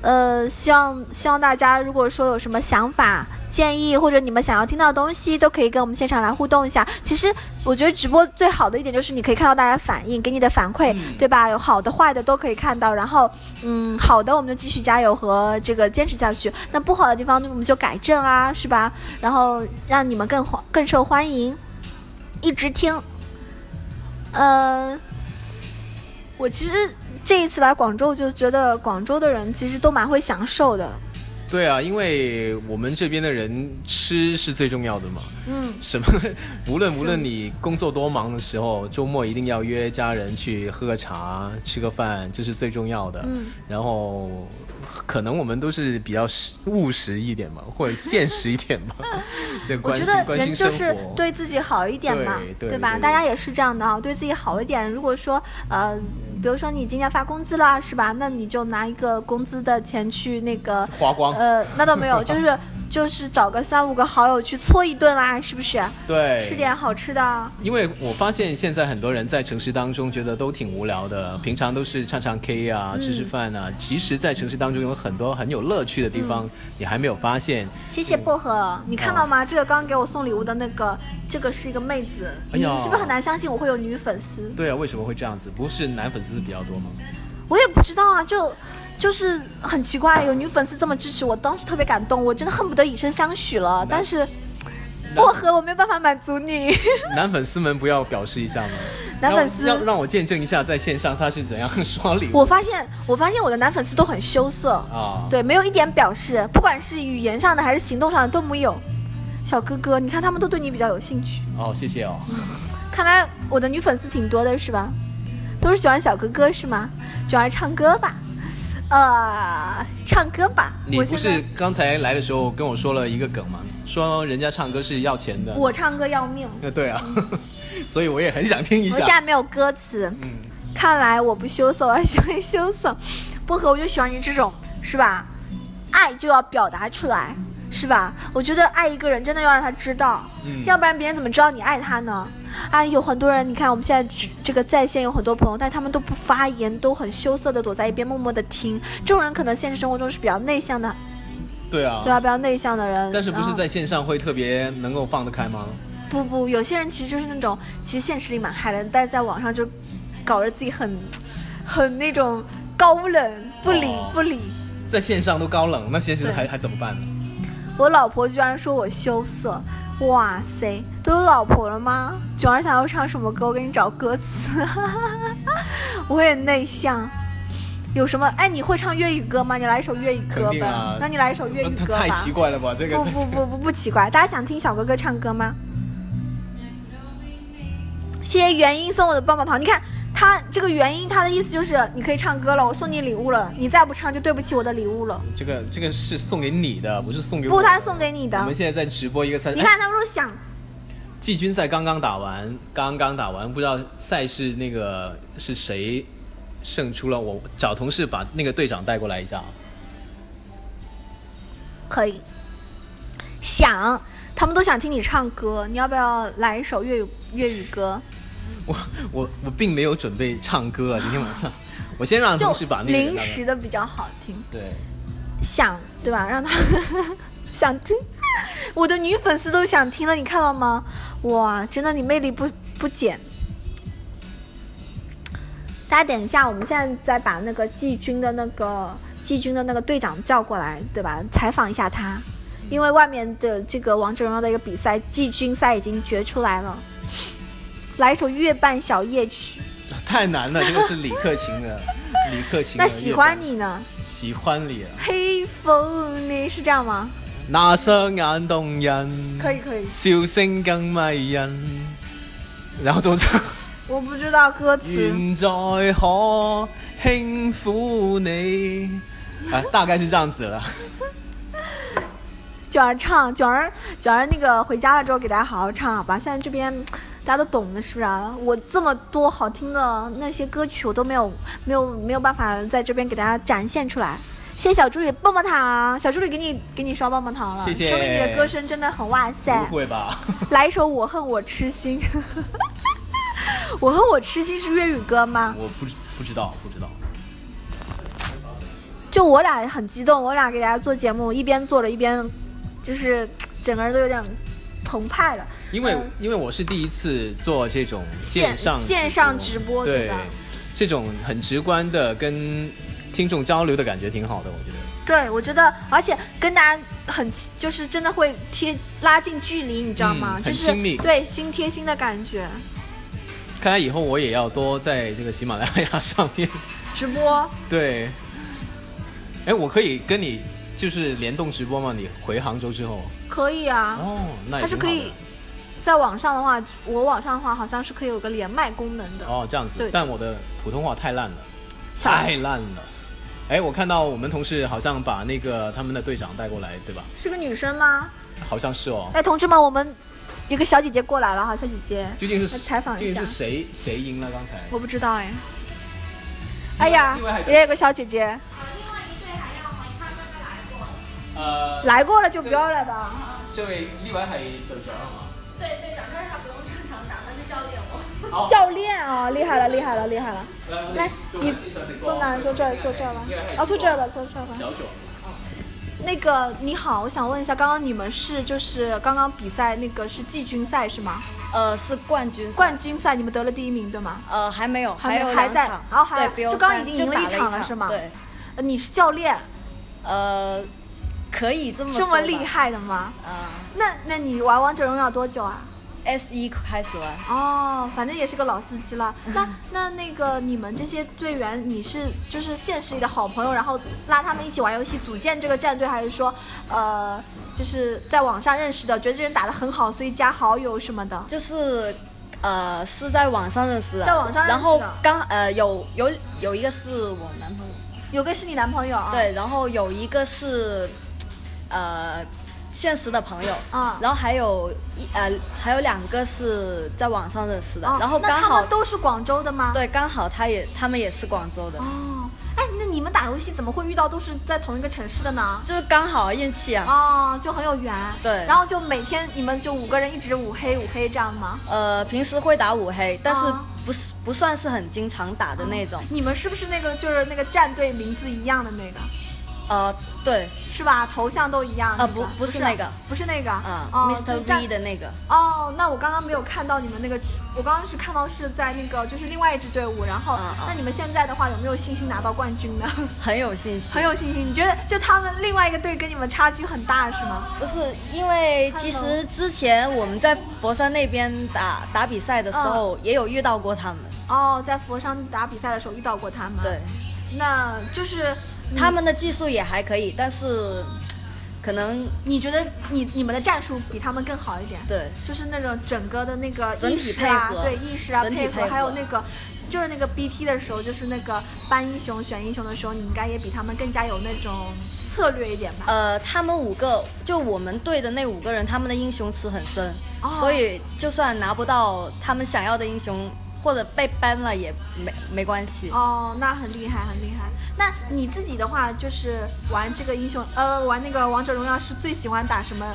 [SPEAKER 1] 呃，希望希望大家如果说有什么想法、建议，或者你们想要听到的东西，都可以跟我们现场来互动一下。其实我觉得直播最好的一点就是你可以看到大家反应，给你的反馈，对吧？有好的、坏的都可以看到。然后，嗯，好的我们就继续加油和这个坚持下去。那不好的地方我们就改正啊，是吧？然后让你们更欢更受欢迎，一直听。呃，我其实这一次来广州，我就觉得广州的人其实都蛮会享受的。
[SPEAKER 4] 对啊，因为我们这边的人吃是最重要的嘛。
[SPEAKER 1] 嗯，
[SPEAKER 4] 什么，无论无论你工作多忙的时候，周末一定要约家人去喝个茶、吃个饭，这是最重要的。
[SPEAKER 1] 嗯
[SPEAKER 4] 然后可能我们都是比较实务实一点嘛，或者现实 一点嘛，就
[SPEAKER 1] 我
[SPEAKER 4] 关
[SPEAKER 1] 觉
[SPEAKER 4] 心
[SPEAKER 1] 得
[SPEAKER 4] 关
[SPEAKER 1] 人
[SPEAKER 4] 心
[SPEAKER 1] 就
[SPEAKER 4] 生
[SPEAKER 1] 是
[SPEAKER 4] 活。
[SPEAKER 1] 对自己好一点嘛，
[SPEAKER 4] 对对
[SPEAKER 1] 吧？
[SPEAKER 4] 对
[SPEAKER 1] 大家也是这样的啊，对自己好一点。如果说呃，比如说你今天发工资了，是吧？那你就拿一个工资的钱去那个。
[SPEAKER 4] 花光，
[SPEAKER 1] 呃，那倒没有，就是就是找个三五个好友去搓一顿啦，是不是？
[SPEAKER 4] 对，
[SPEAKER 1] 吃点好吃的啊。
[SPEAKER 4] 因为我发现现在很多人在城市当中觉得都挺无聊的，平常都是唱唱 K 啊、吃吃饭啊。
[SPEAKER 1] 嗯
[SPEAKER 4] 其实，在城市当中有很多很有乐趣的地方，你还没有发现。
[SPEAKER 1] 谢谢薄
[SPEAKER 4] 嗯
[SPEAKER 1] 荷，你看
[SPEAKER 4] 啊
[SPEAKER 1] 到吗？这个刚给我送礼物的那个，这个是一个妹子，
[SPEAKER 4] 哎
[SPEAKER 1] 你
[SPEAKER 4] 呀
[SPEAKER 1] 是不是很难相信我会有女粉丝？
[SPEAKER 4] 对啊，为什么会这样子？不是男粉丝比较 多吗？
[SPEAKER 1] 我也不知道啊，就就是很奇怪，有女粉丝这么支持我，当时特别感动，我真的恨不得以身相许了。但是薄荷我没有办法满足你，
[SPEAKER 4] 男粉丝们不要表示一下吗？
[SPEAKER 1] 男粉丝
[SPEAKER 4] 让让让我见证一下在线上他是怎样刷礼物
[SPEAKER 1] 我发现我发现我的男粉丝都很羞涩，
[SPEAKER 4] 啊？
[SPEAKER 1] 对，没有一点表示，不管是语言上的还是行动上的都没有。小哥哥，你看他们都对你比较有兴趣。
[SPEAKER 4] 哦，谢谢哦。
[SPEAKER 1] 看来我的女粉丝挺多的，是吧？都是喜欢小哥哥是吗？喜欢唱歌吧？呃，唱歌吧。
[SPEAKER 4] 你
[SPEAKER 1] 我
[SPEAKER 4] 不
[SPEAKER 1] 现
[SPEAKER 4] 是
[SPEAKER 1] 在
[SPEAKER 4] 刚才来的时候跟我说了一个梗吗？说人家唱歌是要钱的。
[SPEAKER 1] 我唱歌要命，
[SPEAKER 4] 呃，对啊， 所以我也很想听一
[SPEAKER 1] 我现在
[SPEAKER 4] 下。
[SPEAKER 1] 没有歌词。
[SPEAKER 4] 嗯，
[SPEAKER 1] 看来我不羞涩，我还学会羞涩。薄荷，我就喜欢你这种，是吧？爱就要表达出来，是吧？我觉得爱一个人真的要让他知道，
[SPEAKER 4] 嗯
[SPEAKER 1] 要不然别人怎么知道你爱他呢？啊，有很多人，你看我们现在只这个在线有很多朋友，但他们都不发言，都很羞涩的躲在一边默默的听。这种人可能现实生活中是比较内向的，
[SPEAKER 4] 对啊，
[SPEAKER 1] 对吧？比较内向的人。嗯
[SPEAKER 4] 但是不是
[SPEAKER 1] 然后
[SPEAKER 4] 在线上会特别能够放得开吗？
[SPEAKER 1] 不不，有些人其实就是那种，其实现实里蛮嗨的，但是在网上就搞得自己很很那种高冷，不理、
[SPEAKER 4] 哦
[SPEAKER 1] 不理。
[SPEAKER 4] 在线上都高冷，那现实
[SPEAKER 1] 对
[SPEAKER 4] 还还怎么办呢？
[SPEAKER 1] 我老婆居然说我羞涩，哇塞，都有老婆了吗？囧儿想要唱什么歌，我给你找歌词。 我也内向，有什么？哎，你会唱粤语歌吗？你来一首粤语歌
[SPEAKER 4] 肯定
[SPEAKER 1] 呗。
[SPEAKER 4] 啊
[SPEAKER 1] 那你来一首粤语
[SPEAKER 4] 那
[SPEAKER 1] 歌
[SPEAKER 4] 太
[SPEAKER 1] 吧
[SPEAKER 4] 奇。怪了吧？这个
[SPEAKER 1] 不不不不不奇怪，大家想听小哥哥唱歌吗？谢谢元音送我的棒棒糖，你看他这个元音，他的意思就是你可以唱歌了，我送你礼物了，你再不唱就对不起我的礼物了。
[SPEAKER 4] 这个这个是送给你的，不是送给我
[SPEAKER 1] 不，
[SPEAKER 4] 的。
[SPEAKER 1] 他送给你
[SPEAKER 4] 我
[SPEAKER 1] 的
[SPEAKER 4] 们。现在在直播一个赛，
[SPEAKER 1] 你看他们说想
[SPEAKER 4] 哎季军赛刚刚打完，刚刚打完，不知道赛事那个是谁胜出了。我找同事把那个队长带过来一下啊。
[SPEAKER 1] 可以，想，他们都想听你唱歌，你要不要来一首粤语粤语歌？
[SPEAKER 4] 我我我并没有准备唱歌啊，今天 晚上，我先让
[SPEAKER 1] 就
[SPEAKER 4] 同事把那个
[SPEAKER 1] 临时的比较好听，
[SPEAKER 4] 对，
[SPEAKER 1] 想对吧？让他想听，我的女粉丝都想听了，你看到吗？哇，真的你魅力不不减。大家等一下，我们现在再把那个季军的那个季军的那个队长叫过来，对吧？采访一下他，因为外面的这个王者荣耀的一个比赛，季军赛已经决出来了。来一首《月半小夜曲
[SPEAKER 4] 太难了，这个是李克勤的，李克》，勤
[SPEAKER 1] 那
[SPEAKER 4] 的乐队。
[SPEAKER 1] 喜欢你呢？
[SPEAKER 4] 喜欢你啊，
[SPEAKER 1] 黑风你是这样吗？
[SPEAKER 4] 那双眼动人，
[SPEAKER 1] 可以可以，
[SPEAKER 4] 笑聲更迷人。然後仲就
[SPEAKER 1] 我不知道歌词。
[SPEAKER 4] 願在
[SPEAKER 1] 啊
[SPEAKER 4] 可輕撫你，啊，大概是這樣子了。
[SPEAKER 1] 九儿唱，九儿九儿那个回家了之后给大家好好唱好吧。现在这边大家都懂的是不是啊？我这么多好听的那些歌曲，我都没有没有没有办法在这边给大家展现出来。谢谢小助理棒棒糖，啊小助理给你给你刷棒棒糖了，
[SPEAKER 4] 谢谢
[SPEAKER 1] 说明你的歌声真的很哇塞
[SPEAKER 4] 不。會吧？
[SPEAKER 1] 来一首《我恨我痴心》， 我恨我痴心是粤语歌吗？
[SPEAKER 4] 我不知不知道，不知道。
[SPEAKER 1] 就我俩很激动，我俩给大家做节目，一边做着一边，就是整个人都有点澎湃了。
[SPEAKER 4] 因为、
[SPEAKER 1] 嗯
[SPEAKER 4] 因为我是第一次做这种线上
[SPEAKER 1] 线上直播对
[SPEAKER 4] 对
[SPEAKER 1] 吧，
[SPEAKER 4] 这种很直观的跟听众交流的感觉挺好的，我觉得。
[SPEAKER 1] 对，我觉得，而且跟大家很亲就是真的会贴拉近距离，你知道吗？
[SPEAKER 4] 嗯
[SPEAKER 1] 就
[SPEAKER 4] 很
[SPEAKER 1] 是
[SPEAKER 4] 亲密
[SPEAKER 1] 对心贴心的感觉。
[SPEAKER 4] 看来以后我也要多在这个喜马拉雅上面。
[SPEAKER 1] 直播
[SPEAKER 4] 对，哎，我可以跟你就是联动直播吗？你回杭州之后，
[SPEAKER 1] 可以啊，
[SPEAKER 4] 哦，那
[SPEAKER 1] 它
[SPEAKER 4] 也
[SPEAKER 1] 是
[SPEAKER 4] 挺
[SPEAKER 1] 可
[SPEAKER 4] 好
[SPEAKER 1] 以
[SPEAKER 4] 的。
[SPEAKER 1] 在网上的话，我网上的话好像是可以有个连麦功能的。
[SPEAKER 4] 哦，这样子
[SPEAKER 1] 对。
[SPEAKER 4] 但我的普通话太烂了，
[SPEAKER 1] 小
[SPEAKER 4] 太烂了。哎，我看到我们同事好像把那个他们的队长带过来，对吧？
[SPEAKER 1] 是个女生吗？
[SPEAKER 4] 好像是哦。
[SPEAKER 1] 哎，同志们，我们有个小姐姐过来了哈，小姐姐。
[SPEAKER 4] 究竟
[SPEAKER 1] 来
[SPEAKER 4] 是
[SPEAKER 1] 采访一
[SPEAKER 4] 究
[SPEAKER 1] 下
[SPEAKER 4] 竟是谁谁赢了？刚才
[SPEAKER 1] 我不知道哎。哎呀，也有个小姐姐
[SPEAKER 2] 呃，
[SPEAKER 1] 来过了就不要了吧。
[SPEAKER 2] 这位呢位系队长啊系嘛？
[SPEAKER 1] 教练啊，厉害了，厉害了，厉害了！来
[SPEAKER 2] 来，
[SPEAKER 1] 你坐哪儿？坐这儿，坐这儿吧。啊，坐这儿吧，坐这儿吧。
[SPEAKER 2] 左。
[SPEAKER 1] 那个你好，我想问一下，刚刚你们是就是刚刚比赛那个是季军赛是吗？
[SPEAKER 6] 呃，是冠军赛
[SPEAKER 1] 冠军赛你们得了第一名对吗？
[SPEAKER 6] 呃还没有，
[SPEAKER 1] 还没有
[SPEAKER 6] 有
[SPEAKER 1] 还
[SPEAKER 6] 两
[SPEAKER 1] 在
[SPEAKER 6] 场
[SPEAKER 1] 然后还
[SPEAKER 6] 对，比如
[SPEAKER 1] 就刚
[SPEAKER 6] 赛
[SPEAKER 1] 已经
[SPEAKER 6] 就
[SPEAKER 1] 赢了
[SPEAKER 6] 打
[SPEAKER 1] 一
[SPEAKER 6] 了
[SPEAKER 1] 场了
[SPEAKER 6] 场
[SPEAKER 1] 是吗
[SPEAKER 6] 对，
[SPEAKER 1] 呃你是教练，
[SPEAKER 6] 呃，可以这么
[SPEAKER 1] 这
[SPEAKER 6] 说
[SPEAKER 1] 么
[SPEAKER 6] 吧
[SPEAKER 1] 厉。害的吗？
[SPEAKER 6] 啊
[SPEAKER 1] 那那你玩王者荣耀多久啊？
[SPEAKER 6] ，S 一开始玩，
[SPEAKER 1] 哦，反正也是个老司机了。 那那那个你们这些队员，你是就是现实里的好朋友，然后拉他们一起玩游戏，组建这个战队，还是说，呃，就是在网上认识的，觉得这人打得很好，所以加好友什么的？
[SPEAKER 6] 就是呃，是在网上认识的，
[SPEAKER 1] 在网上认识的
[SPEAKER 6] 然后刚呃有有有一个是我男朋友，
[SPEAKER 1] 有个是你男朋友啊？
[SPEAKER 6] 对，然后有一个是呃现实的朋友，
[SPEAKER 1] 啊
[SPEAKER 6] 然后还有一呃还有两个是在网上认识的，
[SPEAKER 1] 哦，
[SPEAKER 6] 然后
[SPEAKER 1] 那
[SPEAKER 6] 刚
[SPEAKER 1] 他
[SPEAKER 6] 好
[SPEAKER 1] 们都是广州的吗？。
[SPEAKER 6] 对刚好他也他们也是广州的，
[SPEAKER 1] 哦，哎，那你们打游戏怎么会遇到都是在同一个城市的呢？
[SPEAKER 6] 就是刚好运气啊，
[SPEAKER 1] 哦，就很有缘。
[SPEAKER 6] 对
[SPEAKER 1] 然后就每天你们就五个人一直五黑五黑这样吗？
[SPEAKER 6] 呃平时会打五黑，但是
[SPEAKER 1] 啊
[SPEAKER 6] 不是不算是很经常打的那种，
[SPEAKER 1] 你们是不是那个就是那个战队名字一样的那个？哦
[SPEAKER 6] 呃对，
[SPEAKER 1] 是吧？头像都一样。
[SPEAKER 6] 啊
[SPEAKER 1] 那个
[SPEAKER 6] 不不是那个，
[SPEAKER 1] 不是那个。
[SPEAKER 6] 嗯、
[SPEAKER 1] 哦
[SPEAKER 6] Mr.
[SPEAKER 1] 就战
[SPEAKER 6] V 的那个，
[SPEAKER 1] 哦，那我刚刚没有看到你们那个，我刚刚是看到是在那个就是另外一支队伍，然后、
[SPEAKER 6] 嗯嗯
[SPEAKER 1] 那你们现在的话有没有信心拿到冠军 呢？
[SPEAKER 6] 很有信心，
[SPEAKER 1] 很有信心，你觉得就他们另外一个队跟你们差距很大是吗？
[SPEAKER 6] 不是，因为其实之前我们在佛山那边打打比赛的时候，也有遇到过他们。
[SPEAKER 1] 哦，在佛山打比赛的时候遇到过他们，
[SPEAKER 6] 对，，
[SPEAKER 1] 那就是嗯
[SPEAKER 6] 他们的技术也还可以，但是可能
[SPEAKER 1] 你觉得你你们的战术比他们更好一点？
[SPEAKER 6] 对
[SPEAKER 1] 就是那种整个的那个
[SPEAKER 6] 整
[SPEAKER 1] 意
[SPEAKER 6] 体
[SPEAKER 1] 识啊，
[SPEAKER 6] 配合
[SPEAKER 1] 对意识啊
[SPEAKER 6] 整体
[SPEAKER 1] 配
[SPEAKER 6] 配合
[SPEAKER 1] 还有那个就是那个 BP 的时候，就是那个搬英雄选英雄的时候，你应该也比他们更加有那种策略一点吧？
[SPEAKER 6] 呃，他们五个就我们队的那五个人，他们的英雄池很深，
[SPEAKER 1] 哦
[SPEAKER 6] 所以就算拿不到他们想要的英雄，或者被 ban 了也没没关系。
[SPEAKER 1] 哦，那很厉害，很厉害。那你自己的话，就是玩这个英雄，呃，玩那个王者荣耀是最喜欢打什么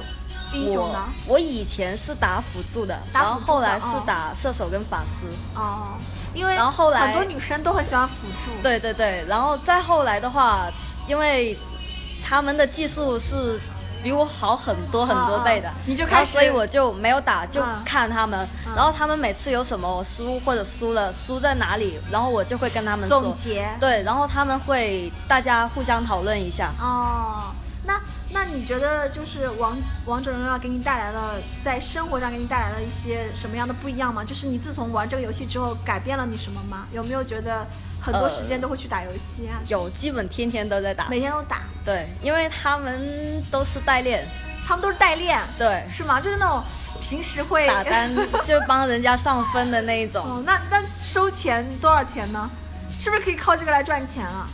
[SPEAKER 1] 英雄呢？
[SPEAKER 6] 我我以前是打辅助的，
[SPEAKER 1] 打
[SPEAKER 6] 然
[SPEAKER 1] 辅助的
[SPEAKER 6] 后后来是
[SPEAKER 1] 哦
[SPEAKER 6] 打射手跟法师。
[SPEAKER 1] 哦，因为
[SPEAKER 6] 然后后来
[SPEAKER 1] 很多女生都很喜欢辅助。，
[SPEAKER 6] 对对对，然后再后来的话，因为他们的技术是比我好很多很多倍的，
[SPEAKER 1] 啊啊你就
[SPEAKER 6] 然后
[SPEAKER 1] 开始
[SPEAKER 6] 所以我就没有打，就看他们。
[SPEAKER 1] 嗯
[SPEAKER 6] 然后他们每次有什么失误或者输了，输在哪里，然后我就会跟他们
[SPEAKER 1] 总
[SPEAKER 6] 说。
[SPEAKER 1] 结。
[SPEAKER 6] 对，然后他们会大家互相讨论一下。
[SPEAKER 1] 哦，那那你觉得就是王王者荣耀给你带来了在生活上给你带来了一些什么样的不一样吗？就是你自从玩这个游戏之后改变了你什么吗？有没有觉得很多
[SPEAKER 6] 呃
[SPEAKER 1] 时间都会去打游戏啊？
[SPEAKER 6] 有，基本天天都在打。
[SPEAKER 1] 每天都打，
[SPEAKER 6] 对，因为他们都是代练，
[SPEAKER 1] 他们都是代练，
[SPEAKER 6] 对，
[SPEAKER 1] 是吗？就是那种平时会
[SPEAKER 6] 打单就帮人家上分的那一 种。
[SPEAKER 1] 哦，那那收钱多少钱呢？是不是可以靠这个来赚钱啊？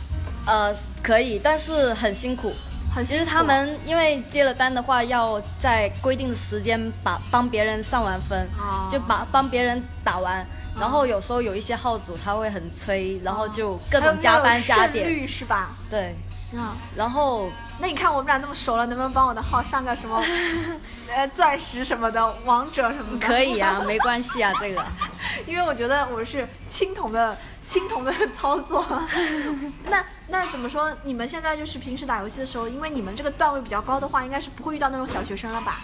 [SPEAKER 6] 呃，可以，但是很辛苦。
[SPEAKER 1] 很
[SPEAKER 6] 其
[SPEAKER 1] 辛
[SPEAKER 6] 实
[SPEAKER 1] 苦
[SPEAKER 6] 他们因为接了单的话，要在规定的时间把帮别人上完分，
[SPEAKER 1] 哦
[SPEAKER 6] 就把帮别人打完。然后有时候有一些号主他会很催，然后就各种加班加
[SPEAKER 1] 哦还有没有胜
[SPEAKER 6] 点。
[SPEAKER 1] 率是吧？
[SPEAKER 6] 对，
[SPEAKER 1] 嗯，
[SPEAKER 6] 然后
[SPEAKER 1] 那你看我们俩这么熟了，能不能帮我的号上个什 么呃钻石什么的，王者什么的？
[SPEAKER 6] 可以啊，，没关系啊，这个
[SPEAKER 1] 因为我觉得我是青铜的青 铜的操作。那那怎么说？你们现在就是平时打游戏的时候，因为你们这个段位比较高的话，应该是不会遇到那种小学生了吧？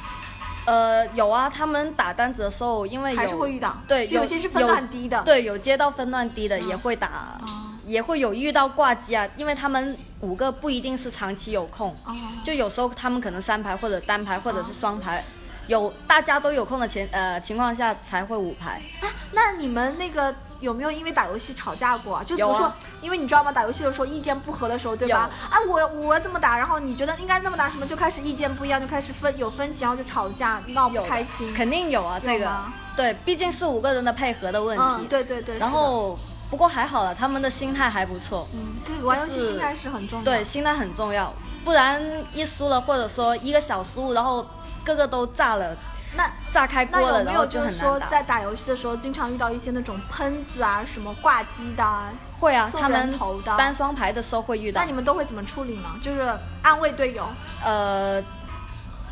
[SPEAKER 6] 呃有啊，他们打单子的时候，因为有
[SPEAKER 1] 还是会遇到
[SPEAKER 6] 对，
[SPEAKER 1] 就有些是分段低的嗯哦
[SPEAKER 6] 对，有接到分段低的也会打，也会有遇到挂机啊，因为他们五个不一定是长期有空，
[SPEAKER 1] 哦
[SPEAKER 6] 就有时候他们可能三排或者单排或者是双排，有大家都有空的前呃情况下才会五排。
[SPEAKER 1] 啊，那你们那个有没有因为打游戏吵架过啊？就比如
[SPEAKER 6] 有啊
[SPEAKER 1] 说，因为你知道吗？打游戏的时候意见不合的时候，对吧？啊，我我怎么打，然后你觉得应该那么打，什么就开始意见不一样，就开始分有分歧，然后就吵架，闹不
[SPEAKER 6] 有的
[SPEAKER 1] 开心。
[SPEAKER 6] 肯定有啊，这
[SPEAKER 1] 有
[SPEAKER 6] 个
[SPEAKER 1] 吗
[SPEAKER 6] 对，毕竟是五个人的配合的问题。
[SPEAKER 1] 嗯，对对对。
[SPEAKER 6] 然后不过还好了，他们的心态还不错。
[SPEAKER 1] 是的，嗯，对，玩游戏心态是很重要。
[SPEAKER 6] 对，，心态很重要，不然一输了，或者说一个小失误，然后个个都炸了，
[SPEAKER 1] 那。
[SPEAKER 6] 炸开锅
[SPEAKER 1] 那有
[SPEAKER 6] 了，
[SPEAKER 1] 没
[SPEAKER 6] 然
[SPEAKER 1] 有
[SPEAKER 6] 后就
[SPEAKER 1] 就是
[SPEAKER 6] 很
[SPEAKER 1] 说
[SPEAKER 6] 难，
[SPEAKER 1] 在
[SPEAKER 6] 打。
[SPEAKER 1] 打游戏的时候，经常遇到一些那种喷子啊、什么挂机的啊？
[SPEAKER 6] 会啊，
[SPEAKER 1] 送
[SPEAKER 6] 他
[SPEAKER 1] 人
[SPEAKER 6] 们
[SPEAKER 1] 头的
[SPEAKER 6] 单双排的时候会遇
[SPEAKER 1] 那
[SPEAKER 6] 到
[SPEAKER 1] 你。们都会怎么处理呢？就是安慰队友。
[SPEAKER 6] 呃，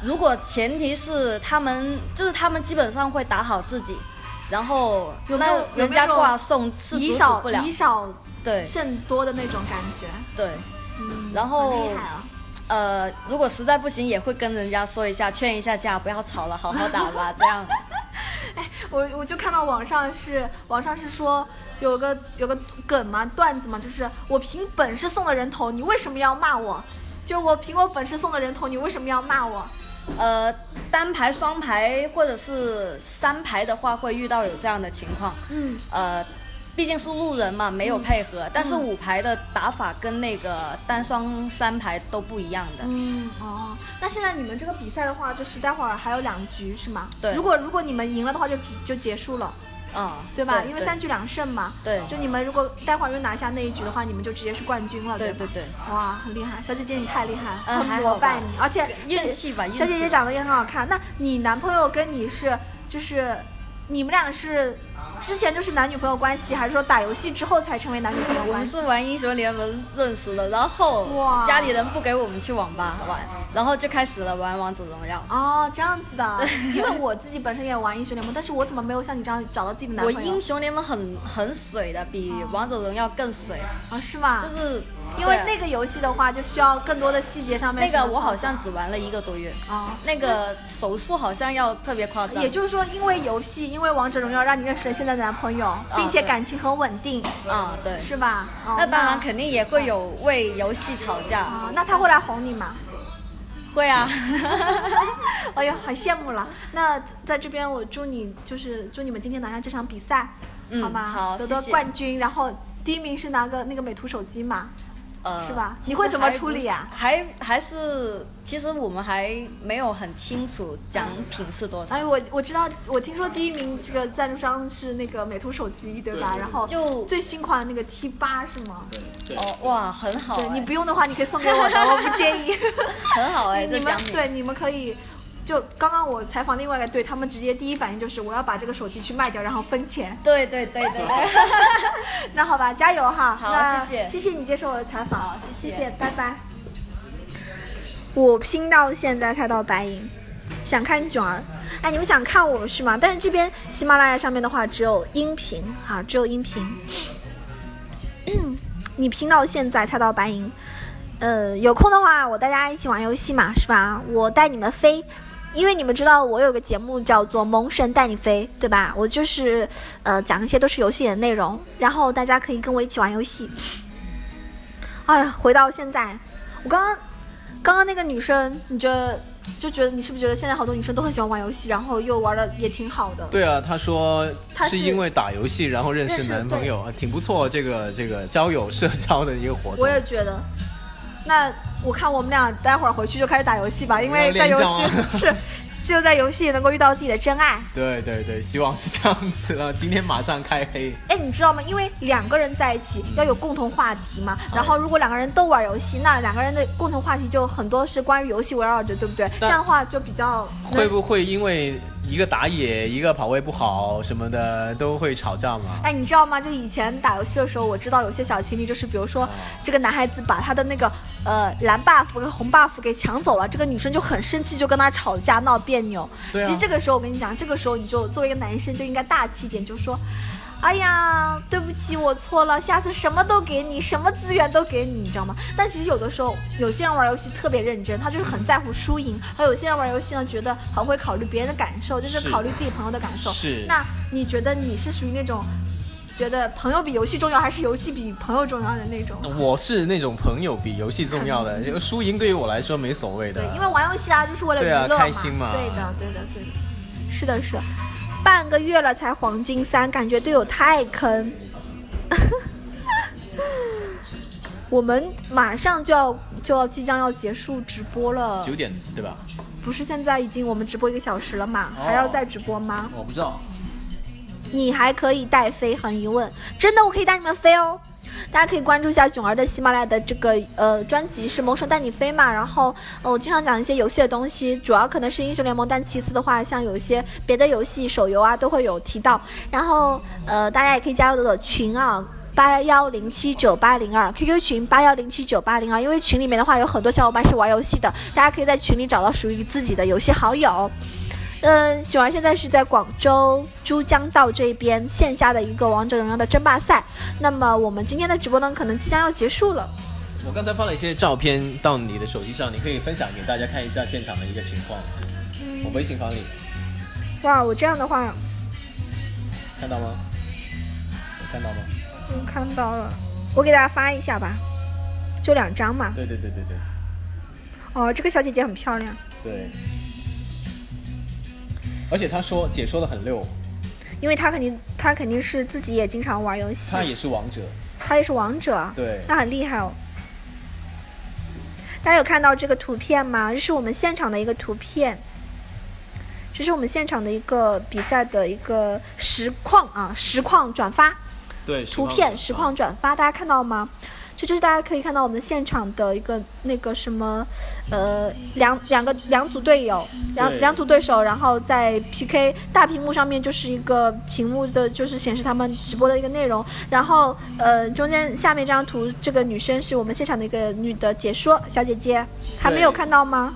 [SPEAKER 6] 如果前提是他们，就是他们基本上会打好自己，然后
[SPEAKER 1] 有没有
[SPEAKER 6] 那
[SPEAKER 1] 有没有
[SPEAKER 6] 人家
[SPEAKER 1] 这种
[SPEAKER 6] 挂送是阻
[SPEAKER 1] 以
[SPEAKER 6] 止
[SPEAKER 1] 少
[SPEAKER 6] 不了
[SPEAKER 1] 以。少
[SPEAKER 6] 对
[SPEAKER 1] 胜多的那种感觉，
[SPEAKER 6] 对，
[SPEAKER 1] 嗯，
[SPEAKER 6] 然后
[SPEAKER 1] 很厉害啊，
[SPEAKER 6] 呃，如果实在不行，也会跟人家说一下，劝一下架，不要吵了，好好打吧，这样。
[SPEAKER 1] 我我就看到网上是网上是说有个有个梗嘛段子嘛，就是我凭本事送的人头，你为什么要骂我？就是我凭我本事送的人头，你为什么要骂我？
[SPEAKER 6] 呃，单排、双排或者是三排的话，会遇到有这样的情况。
[SPEAKER 1] 嗯，
[SPEAKER 6] 呃，毕竟是路人嘛，没有配合。但
[SPEAKER 1] 嗯
[SPEAKER 6] 是五排的打法跟那个单双、三排都不一样的。
[SPEAKER 1] 嗯哦，那现在你们这个比赛的话，就是待会儿还有两局是吗？
[SPEAKER 6] 对
[SPEAKER 1] 如果如果你们赢了的话就，就就结束了。
[SPEAKER 6] 嗯，
[SPEAKER 1] 对吧？
[SPEAKER 6] 对
[SPEAKER 1] 因为三局两胜嘛。
[SPEAKER 6] 对
[SPEAKER 1] 就你们如果待会儿又拿下那一局的话，你们就直接是冠军了，
[SPEAKER 6] 对
[SPEAKER 1] 吧
[SPEAKER 6] 对？对，
[SPEAKER 1] 哇，很厉害，小姐姐你太厉害
[SPEAKER 6] 嗯
[SPEAKER 1] 了，
[SPEAKER 6] 还
[SPEAKER 1] 很
[SPEAKER 6] 好
[SPEAKER 1] 膜拜
[SPEAKER 6] 吧
[SPEAKER 1] 你，而且
[SPEAKER 6] 运气吧，运气
[SPEAKER 1] 小姐姐长得也很好看。那你男朋友跟你是就是你们俩是之前就是男女朋友关系，还是说打游戏之后才成为男女朋友
[SPEAKER 6] 我们
[SPEAKER 1] 关系？
[SPEAKER 6] 是玩英雄联盟认识的，然后
[SPEAKER 1] 哇
[SPEAKER 6] 家里人不给我们去网吧玩，然后就开始了玩王者荣耀。
[SPEAKER 1] 哦，这样子 的，因为我自己本身也玩英雄联盟，但是我怎么没有像你这样找到自己的男
[SPEAKER 6] 我
[SPEAKER 1] 朋友？
[SPEAKER 6] 英雄联盟很很水的，比王者荣耀更水，
[SPEAKER 1] 哦啊，是吗？
[SPEAKER 6] 就是
[SPEAKER 1] 因为
[SPEAKER 6] 对
[SPEAKER 1] 那个游戏的话，就需要更多的细节上面
[SPEAKER 6] 那
[SPEAKER 1] 什么操
[SPEAKER 6] 个
[SPEAKER 1] 作。
[SPEAKER 6] 我好像只玩了一个多月，
[SPEAKER 1] 哦，
[SPEAKER 6] 那个手速好像要特别夸张，
[SPEAKER 1] 也就是说，因为游戏，因为王者荣耀，让你认识了现在的男朋友，并且
[SPEAKER 6] 哦对
[SPEAKER 1] 感情很稳定，
[SPEAKER 6] 啊、对，
[SPEAKER 1] 是吧？哦
[SPEAKER 6] 那当然肯定也会有为游戏吵
[SPEAKER 1] 啊
[SPEAKER 6] 架，，
[SPEAKER 1] 那他会来哄你吗？
[SPEAKER 6] 会啊，
[SPEAKER 1] 哎呦，很羡慕了。那在这边，我祝你就是祝你们今天拿下这场比赛，
[SPEAKER 6] 嗯
[SPEAKER 1] 好吗？
[SPEAKER 6] 好
[SPEAKER 1] 得到
[SPEAKER 6] 谢谢
[SPEAKER 1] 冠军，然后第一名是拿个那个美图手机嘛？
[SPEAKER 6] 呃
[SPEAKER 1] 是吧
[SPEAKER 6] 其实
[SPEAKER 1] 你会怎么处理啊
[SPEAKER 6] 还不是还还是，其实我们还没有很清楚奖品是多少，
[SPEAKER 1] 哎，我我知道，我听说第一名这个赞助商是那个美图手机，对吧？
[SPEAKER 3] 对对
[SPEAKER 1] 然后
[SPEAKER 6] 就
[SPEAKER 1] 最新款的那个 T 八是吗？
[SPEAKER 3] 对
[SPEAKER 6] 哦哇，很好、哎
[SPEAKER 1] 对你不用的话，你可以送给我的，我不介意。
[SPEAKER 6] 很好 哎、
[SPEAKER 1] 你
[SPEAKER 6] 这
[SPEAKER 1] 们
[SPEAKER 6] 奖品
[SPEAKER 1] 对你们可以，就刚刚我采访另外一个队，他们直接第一反应就是我要把这个手机去卖掉，然后分钱。
[SPEAKER 6] 对对对 对对，
[SPEAKER 1] 那好吧，加油哈！
[SPEAKER 6] 好
[SPEAKER 1] 那
[SPEAKER 6] 谢谢
[SPEAKER 1] 谢谢你接受我的采访，
[SPEAKER 6] 好
[SPEAKER 1] 谢
[SPEAKER 6] 谢谢
[SPEAKER 1] 拜拜。我拼到现在才到白银，想看卷儿，哎，你们想看我是吗？但是这边喜马拉雅上面的话只有音频，哈，只有音频。 你拼到现在才到白银，呃，有空的话我带大家一起玩游戏嘛，是吧？我带你们飞，因为你们知道我有个节目叫做《萌神带你飞》，对吧？我就是呃讲一些都是游戏里的内容，然后大家可以跟我一起玩游戏。哎呀，回到现在，我刚刚刚刚那个女生，你觉得就觉得你是不是觉得现在好多女生都很喜欢玩游戏，然后又玩的也挺好的？
[SPEAKER 4] 对啊，他说
[SPEAKER 1] 他是
[SPEAKER 4] 是因为打游戏然后认识男朋友，啊挺不错，这个这个交友社交的一个活动。
[SPEAKER 1] 我也觉得。那我看我们俩待会儿回去就开始打游戏吧，因为
[SPEAKER 4] 要
[SPEAKER 1] 在
[SPEAKER 4] 练啊
[SPEAKER 1] 游
[SPEAKER 4] 将
[SPEAKER 1] 戏、 是只有在游戏能够遇到自己的真爱。
[SPEAKER 4] 对对对，希望是这样子了。今天马上开 黑，
[SPEAKER 1] 哎，你知道吗？因为两个人在一起
[SPEAKER 4] 嗯
[SPEAKER 1] 要有共同话题嘛。
[SPEAKER 4] 哦
[SPEAKER 1] 然后如果两个人都玩游戏，那两个人的共同话题就很多是关于游戏围绕着，对不对？这
[SPEAKER 4] 但
[SPEAKER 1] 样的话就比较
[SPEAKER 4] 会不会因为一个打野一个跑位不好什么的都会吵架嘛？
[SPEAKER 1] 哎，你知道吗？就以前打游戏的时候，我知道有些小情侣，就是比如说这个男孩子把他的那个呃蓝 buff 和红 buff 给抢走了，这个女生就很生气，就跟他吵架闹别扭。
[SPEAKER 4] 对啊
[SPEAKER 1] 其实这个时候我跟你讲，这个时候你就作为一个男生就应该大气一点，就说。哎呀，对不起，我错了，下次什么都给你，什么资源都给你，你知道吗？但其实有的时候，有些人玩游戏特别认真，他就是很在乎输赢；而有些人玩游戏呢，觉得很会考虑别人的感受，就是
[SPEAKER 4] 是
[SPEAKER 1] 考虑自己朋友的感受。
[SPEAKER 4] 是
[SPEAKER 1] 那你觉得你是属于那种觉得朋友比游戏重要，还是游戏比朋友重要的那种？
[SPEAKER 4] 我是那种朋友比游戏重要的，这个输赢对于我来说没所谓的。
[SPEAKER 1] 嗯对，因为玩游戏啊，就是为了娱
[SPEAKER 4] 对
[SPEAKER 1] 乐
[SPEAKER 4] 啊开心嘛
[SPEAKER 1] 对的，对的，对的。是的，是的。半个月了才黄金三，感觉队友太坑。 我们马上就要就要即将要结束直播了，
[SPEAKER 4] 九点对吧？
[SPEAKER 1] 不是现在已经我们直播一个小时了嘛？
[SPEAKER 4] 哦
[SPEAKER 1] 还要再直播吗？
[SPEAKER 4] 我不知道，
[SPEAKER 1] 你还可以带飞，很疑问，真的我可以带你们飞哦。大家可以关注一下囧儿的喜马拉雅的这个呃专辑是《萌神带你飞》嘛，然后呃我经常讲一些游戏的东西，主要可能是英雄联盟，但其次的话，像有一些别的游戏、手游啊都会有提到。然后呃大家也可以加入我的群啊，八幺零七九八零二 QQ 群八幺零七九八零二，因为群里面的话有很多小伙伴是玩游戏的，大家可以在群里找到属于自己的游戏好友。嗯，喜儿现在是在广州珠江道这边线下的一个王者荣耀的争霸赛。那么我们今天的直播呢，可能即将要结束了。
[SPEAKER 4] 我刚才发了一些照片到你的手机上，你可以分享给大家看一下现场的一个情况。
[SPEAKER 1] 嗯
[SPEAKER 4] 我微信房里
[SPEAKER 1] 哇，我这样的话，
[SPEAKER 4] 看到吗？有看到吗？
[SPEAKER 1] 嗯，看到了，我给大家发一下吧，就两张嘛。
[SPEAKER 4] 对对对对对
[SPEAKER 1] 哦，这个小姐姐很漂亮，
[SPEAKER 4] 对。而且他说解说的很溜，
[SPEAKER 1] 因为她肯定她肯定是自己也经常玩游戏
[SPEAKER 4] 他，也是王者，
[SPEAKER 1] 她也是王者啊。
[SPEAKER 4] 对
[SPEAKER 1] 那很厉害哦。大家有看到这个图片吗？这是我们现场的一个图片，这是我们现场的一个比赛的一个实况啊，实况转发。
[SPEAKER 4] 对，
[SPEAKER 1] 图片实
[SPEAKER 4] 实
[SPEAKER 1] 况转发，大家看到吗？这就是大家可以看到我们现场的一个那个什么，呃，两两个两组队友，两
[SPEAKER 4] 对
[SPEAKER 1] 两组对手，然后在 PK 大屏幕上面就是一个屏幕的，就是显示他们直播的一个内容。然后呃，中间下面这张图，这个女生是我们现场的一个女的解说小姐姐，还没有
[SPEAKER 4] 对
[SPEAKER 1] 看到吗？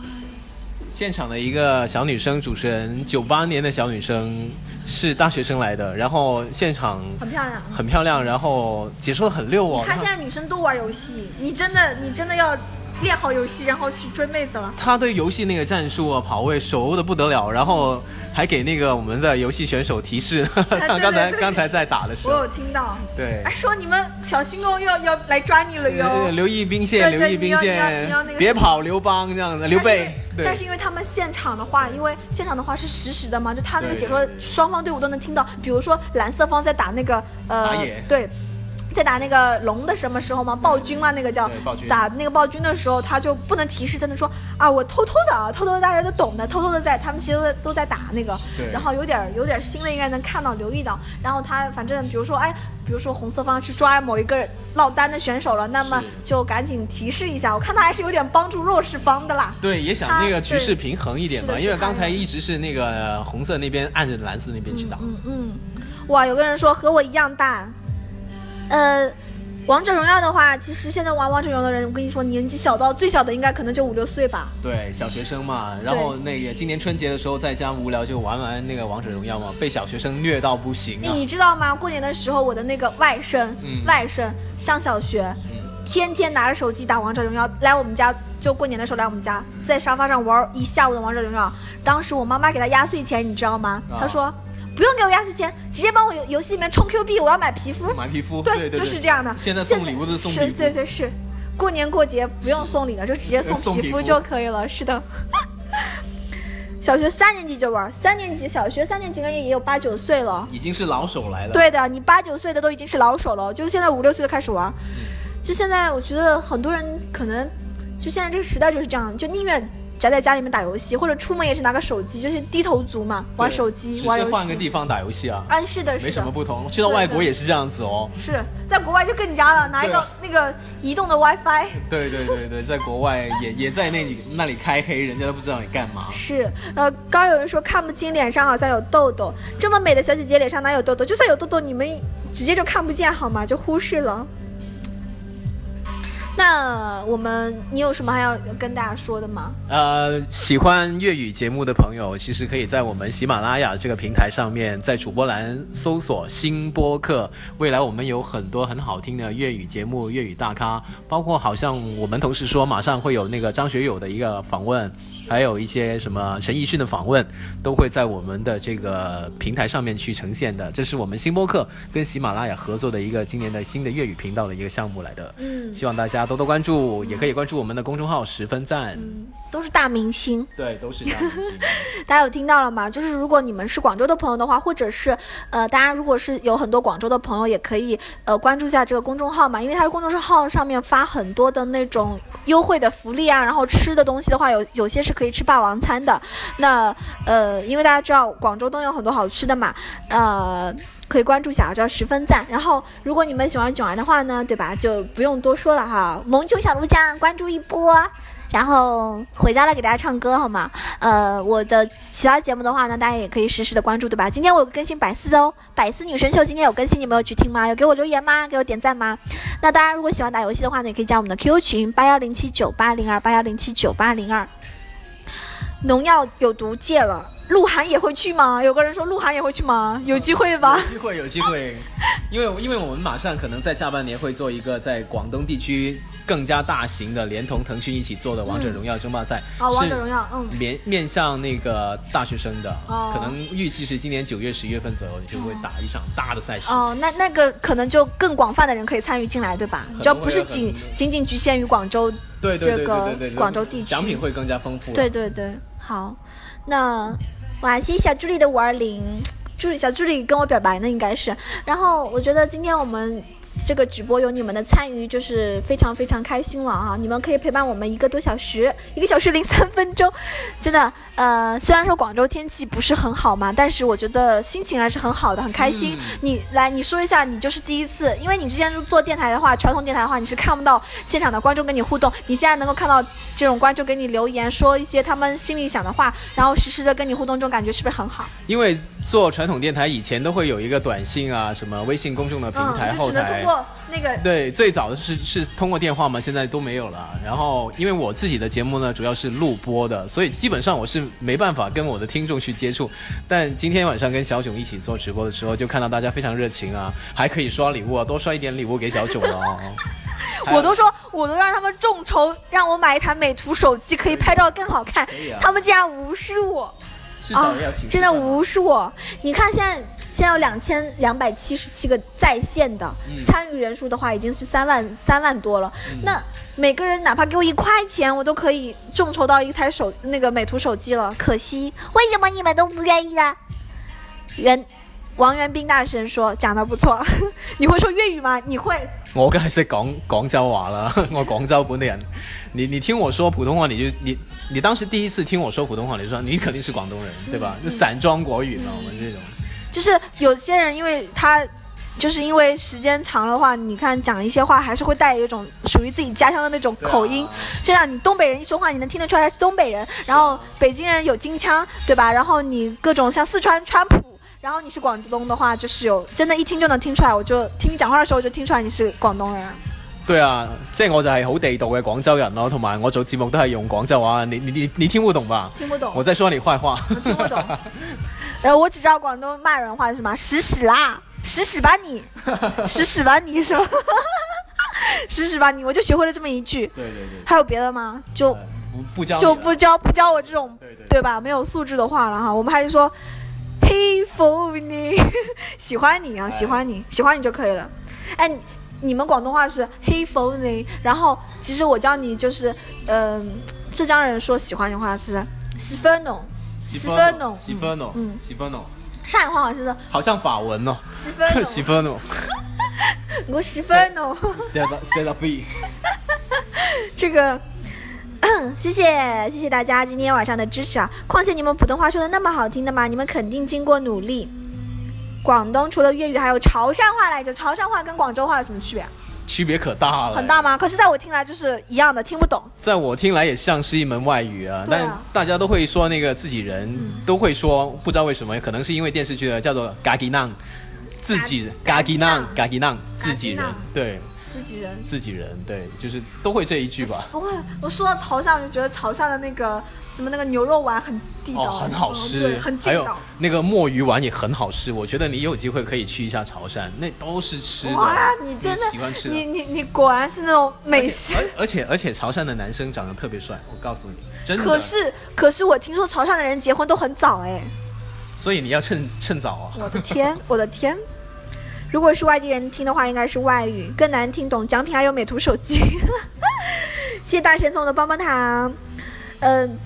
[SPEAKER 4] 现场的一个小女生主持人，九八年的小女生是大学生来的，然后现场
[SPEAKER 1] 很漂亮。
[SPEAKER 4] 很漂亮，然后解说的很溜哦
[SPEAKER 1] 你。看现在女生都玩游戏，你真的你真的要练好游戏，然后去追妹子了。
[SPEAKER 4] 她对游戏那个战术啊、跑位熟的不得了，然后还给那个我们的游戏选手提示。她 刚才
[SPEAKER 1] 对对
[SPEAKER 4] 刚才在打的时
[SPEAKER 1] 我
[SPEAKER 4] 候
[SPEAKER 1] 有，听到。
[SPEAKER 4] 对
[SPEAKER 1] 哎，，说你们小心哦，又要要来抓你了
[SPEAKER 4] 呃
[SPEAKER 1] 哟。
[SPEAKER 4] 留意兵线，
[SPEAKER 1] 哎对对
[SPEAKER 4] 留意兵
[SPEAKER 1] 你要你要
[SPEAKER 4] 线
[SPEAKER 1] 你要那个，
[SPEAKER 4] 别跑刘邦这样子，刘备。对
[SPEAKER 1] 但是因为他们现场的话，因为现场的话是实时的嘛，就他那个
[SPEAKER 4] 对
[SPEAKER 1] 解说，双方队伍都能听到。比如说蓝色方在打那个呃
[SPEAKER 4] 打野，
[SPEAKER 1] 对，在打那个龙的什么时候嘛，暴君嘛，那个叫
[SPEAKER 4] 对暴君
[SPEAKER 1] 打那个暴君的时候，他就不能提示，他能说啊，我偷偷的啊，偷偷的大家都懂的，偷偷的在，他们其实都在都在打那个
[SPEAKER 4] 对，
[SPEAKER 1] 然后有点有点新的应该能看到留意到，然后他反正比如说哎，比如说红色方去抓某一个落单的选手了，那么
[SPEAKER 4] 是
[SPEAKER 1] 就赶紧提示一下，我看他还是有点帮助弱势方的啦。
[SPEAKER 4] 对，也想
[SPEAKER 1] 他
[SPEAKER 4] 那个局
[SPEAKER 1] 对
[SPEAKER 4] 势平衡一点
[SPEAKER 1] 是的
[SPEAKER 4] 嘛，
[SPEAKER 1] 是
[SPEAKER 4] 因为
[SPEAKER 1] 他
[SPEAKER 4] 刚才
[SPEAKER 1] 的
[SPEAKER 4] 一直是那个红色那边按着蓝色那边去打。
[SPEAKER 1] 嗯嗯，哇，有个人说和我一样大，呃。王者荣耀的话，其实现在玩王者荣耀的人，我跟你说，年纪小到最小的应该可能就五六岁吧。
[SPEAKER 4] 对，小学生嘛，然后那个今年春节的时候在家无聊就玩玩那个王者荣耀嘛，被小学生虐到不行啊。
[SPEAKER 1] 你知道吗？过年的时候，我的那个外甥，
[SPEAKER 4] 嗯
[SPEAKER 1] 外甥上小学，
[SPEAKER 4] 嗯
[SPEAKER 1] 天天拿着手机打王者荣耀，来我们家就过年的时候来我们家，在沙发上玩一下午的王者荣耀。当时我妈妈给他压岁钱，你知道吗？
[SPEAKER 4] 啊
[SPEAKER 1] 她说不用给我压岁钱，直接帮我游游戏里面充 Q 币，我要买皮肤。
[SPEAKER 4] 买皮肤，
[SPEAKER 1] 对
[SPEAKER 4] 对对，
[SPEAKER 1] 就是这样的。
[SPEAKER 4] 现在送礼物都是送皮
[SPEAKER 1] 是
[SPEAKER 4] 肤
[SPEAKER 1] 对对是，过年过节不用送礼了，就直接
[SPEAKER 4] 送
[SPEAKER 1] 皮
[SPEAKER 4] 皮肤
[SPEAKER 1] 就可以了。是的。 小学三年级就玩，三年级小学三年级应该也有八九岁了。
[SPEAKER 4] 已经是老手来了。，
[SPEAKER 1] 对的，你八九岁的都已经是老手了，就是现在五六岁就开始玩儿，
[SPEAKER 4] 嗯
[SPEAKER 1] 就现在我觉得很多人可能就现在这个时代就是这样，就宁愿宅在家里面打游戏，或者出门也是拿个手机，就是低头族嘛，玩手机
[SPEAKER 4] 只
[SPEAKER 1] 玩
[SPEAKER 4] 是
[SPEAKER 1] 游
[SPEAKER 4] 换个
[SPEAKER 1] 戏。
[SPEAKER 4] 地方打游戏啊，
[SPEAKER 1] 啊，是的，
[SPEAKER 4] 没
[SPEAKER 1] 是
[SPEAKER 4] 什么
[SPEAKER 1] 的，
[SPEAKER 4] 不同。去到外国也是这样子哦。
[SPEAKER 1] 是在国外就更加了，拿一
[SPEAKER 4] 对
[SPEAKER 1] 个
[SPEAKER 4] 啊
[SPEAKER 1] 那个移动的 WiFi。
[SPEAKER 4] 对对对对，在国外也也在那里那里开黑，人家都不知道你干嘛。
[SPEAKER 1] 是，呃，刚有人说看不清脸上啊好像有痘痘，这么美的小姐姐脸上哪有痘痘？就算有痘痘，你们直接就看不见好吗？就忽视了。那我们，你有什么还要跟大家说的吗？
[SPEAKER 4] 呃，喜欢粤语节目的朋友，其实可以在我们喜马拉雅这个平台上面，在主播栏搜索“新播客”。未来我们有很多很好听的粤语节目、粤语大咖，包括好像我们同事说，马上会有那个张学友的一个访问，还有一些什么陈奕迅的访问，都会在我们的这个平台上面去呈现的。这是我们新播客跟喜马拉雅合作的一个今年的新的粤语频道的一个项目来的。
[SPEAKER 1] 嗯
[SPEAKER 4] 希望大家多多关注，也可以关注我们的公众号“十分赞”。
[SPEAKER 1] 嗯都是大明星，
[SPEAKER 4] 对，都是这样的事情。
[SPEAKER 1] 大家有听到了吗？就是如果你们是广州的朋友的话，或者是呃，大家如果是有很多广州的朋友，也可以呃关注一下这个公众号嘛，因为它的公众号上面发很多的那种优惠的福利啊，然后吃的东西的话，有有些是可以吃霸王餐的。那呃，因为大家知道广州东有很多好吃的嘛，呃。可以关注一下，叫十分赞。然后，如果你们喜欢囧儿的话呢，对吧？就不用多说了哈。
[SPEAKER 5] 萌囧小鹿酱关注一波，
[SPEAKER 1] 然后回家了给大家唱歌好吗？呃，我的其他节目的话呢，大家也可以实时的关注，对吧？今天我有更新百思的哦，百思女神秀今天有更新，你们有去听吗？有给我留言吗？给我点赞吗？那大家如果喜欢打游戏的话呢，也可以加我们的 QQ 群八幺零七九八零二八幺零七九八零二。农药有毒戒了，鹿晗也会去吗？有个人说鹿晗也会去吗？有机会吧？
[SPEAKER 4] 有机会，有机会，因为因为我们马上可能在下半年会做一个在广东地区更加大型的，连同腾讯一起做的《王者荣耀争霸赛》
[SPEAKER 1] 啊，王者荣耀，嗯。
[SPEAKER 4] 是面面向那个大学生的，
[SPEAKER 1] 哦
[SPEAKER 4] 可能预计是今年九月、十月份左右，你就会打一场大的赛事。
[SPEAKER 1] 哦，那那个可能就更广泛的人可以参与进来，对吧？
[SPEAKER 4] 很
[SPEAKER 1] 只要
[SPEAKER 4] 多
[SPEAKER 1] 不是
[SPEAKER 4] 人很
[SPEAKER 1] 仅
[SPEAKER 4] 多
[SPEAKER 1] 仅仅局限于广州，
[SPEAKER 4] 对对对
[SPEAKER 1] 这个
[SPEAKER 4] 对对对，
[SPEAKER 1] 广州地区
[SPEAKER 4] 奖品会更加丰富。
[SPEAKER 1] 对，对对，好，那哇，谢谢小助理的五二零，助理小助理跟我表白呢，应该是。然后我觉得今天我们这个直播有你们的参与，就是非常非常开心了啊！你们可以陪伴我们一个多小时，一个小时零三分钟，真的，呃，虽然说广州天气不是很好嘛，但是我觉得心情还是很好的，很
[SPEAKER 4] 嗯
[SPEAKER 1] 开心。你来，你说一下，你就是第一次，因为你之前做电台的话，传统电台的话，你是看不到现场的观众跟你互动，你现在能够看到这种观众给你留言，说一些他们心里想的话，然后实时的跟你互动，这种感觉是不是很好？
[SPEAKER 4] 因为做传统电台以前都会有一个短信啊，什么微信公众的平台、
[SPEAKER 1] 嗯，就
[SPEAKER 4] 后
[SPEAKER 1] 只能通
[SPEAKER 4] 台。
[SPEAKER 1] 过那个
[SPEAKER 4] 对，最早的是是通过电话嘛，现在都没有了。然后，因为我自己的节目呢，主要是录播的，所以基本上我是没办法跟我的听众去接触。但今天晚上跟小囧一起做直播的时候，就看到大家非常热情啊，还可以刷礼物啊，多刷一点礼物给小囧了哦。
[SPEAKER 1] 我都说，我都让他们众筹让我买一台美图手机，可以拍照更好看
[SPEAKER 4] 可以啊。
[SPEAKER 1] 他们竟然无视我
[SPEAKER 4] 是
[SPEAKER 1] 啊
[SPEAKER 4] 早要请！
[SPEAKER 1] 真的无视我。你看现在，现在有两千两百七十七个在线的、
[SPEAKER 4] 嗯
[SPEAKER 1] 参与人数的话，已经是三万三万多了。那每个人哪怕给我一块钱，我都可以众筹到一台手那个美图手机了。可惜
[SPEAKER 5] 为什么你们都不愿意呢？
[SPEAKER 1] 袁王元斌大神说讲的不错， 你会说粤语吗？你会？
[SPEAKER 4] 我梗係識講廣州話啦，啊我廣州本地人。你你聽我說普通話，你就你你當時第一次聽我說普通話，你就說你肯定是廣東人，
[SPEAKER 1] 嗯
[SPEAKER 4] 對吧？就散裝國語嘛，我們這種。
[SPEAKER 1] 就是有些人因为他。就是因为时间长了的话，你看讲一些话还是会带有一种属于自己家乡的那种口
[SPEAKER 4] 啊
[SPEAKER 1] 音，就像你东北人一说话，你能听得出来他是啊东北人，然后北京人有京腔，对吧？然后你各种像四川川普，然后你是广东的话，就是有真的，一听就能听出来。我就听你讲话的时候就听出来你是广东人。
[SPEAKER 4] 對啊，即係我就係好地道嘅廣州人咯，同埋我做節目都係用廣州話。你你你你聽不懂吧？
[SPEAKER 1] 听不懂，
[SPEAKER 4] 我在說你壞話。
[SPEAKER 1] 我听不懂。然后我只知道广东骂人话是什么“屎屎啦”，“屎屎吧 你”，“屎屎吧你”是吗？“ 屎屎吧你”，我就学会了这么一句。
[SPEAKER 4] 對對對，
[SPEAKER 1] 还有别的吗？就
[SPEAKER 4] 不不教你啊
[SPEAKER 1] 就
[SPEAKER 4] 啦
[SPEAKER 1] 不教不教我这种
[SPEAKER 4] 對對對
[SPEAKER 1] 对吧？没有素质的话了哈。我们还是说，佩服你， 喜欢你啊，喜欢你，喜欢你就可以了。哎，你你们广东话是黑服你，然后其实我教你就是，嗯、浙江人说喜欢的话是喜欢侬，喜欢侬，
[SPEAKER 4] 西分哦
[SPEAKER 1] 嗯，
[SPEAKER 4] 西分哦，
[SPEAKER 1] 上海话好像是
[SPEAKER 4] 好像法文哦，
[SPEAKER 1] 喜欢
[SPEAKER 4] 西
[SPEAKER 1] 侬，
[SPEAKER 4] 分哦
[SPEAKER 1] 我喜欢侬。
[SPEAKER 4] ，set up set up B。
[SPEAKER 1] 这个。嗯谢谢谢谢大家今天晚上的支持啊！况且你们普通话说的那么好听的嘛，你们肯定经过努力。广东除了粤语，还有潮汕话来着。潮汕话跟广州话有什么区别啊？
[SPEAKER 4] 区别可大了，
[SPEAKER 1] 很大吗？可是在我听来就是一样的，听不懂。
[SPEAKER 4] 在我听来也像是一门外语啊，嗯
[SPEAKER 1] 对
[SPEAKER 4] 但
[SPEAKER 1] 啊
[SPEAKER 4] 大家都会说那个自己人，都会说，不知道为什么，可能是因为电视剧啊的叫做“嘎吉浪”，自己人，嘎
[SPEAKER 1] 嘎
[SPEAKER 4] 吉
[SPEAKER 1] 吉
[SPEAKER 4] 浪
[SPEAKER 1] 浪，
[SPEAKER 4] 嘎吉浪，自己人
[SPEAKER 1] 嘎吉浪，
[SPEAKER 4] 对，
[SPEAKER 1] 自己人。
[SPEAKER 4] 自己人，对，就是都会这一句吧。
[SPEAKER 1] 我我说到潮汕，我就觉得潮汕的那个什么那个牛肉丸很地道，
[SPEAKER 4] 哦，很好
[SPEAKER 1] 嗯
[SPEAKER 4] 吃
[SPEAKER 1] 对，很
[SPEAKER 4] 还
[SPEAKER 1] 地
[SPEAKER 4] 有
[SPEAKER 1] 道。
[SPEAKER 4] 那个墨鱼丸也很好吃，我觉得你有机会可以去一下潮汕，那都是吃的。
[SPEAKER 1] 哇，你真
[SPEAKER 4] 喜欢
[SPEAKER 1] 的，
[SPEAKER 4] 吃的
[SPEAKER 1] 你，你你果然是那种美食
[SPEAKER 4] 而而且哎而且潮汕的男生长得特别帅，我告诉你，真的。
[SPEAKER 1] 可是可是我听说潮汕的人结婚都很早哎。
[SPEAKER 4] 所以你要趁趁早啊。
[SPEAKER 1] 我的 天，我的天！如果是外地人听的话，应该是外语更难听懂。奖品还有美图手机， 谢谢大神送我的棒棒糖。嗯、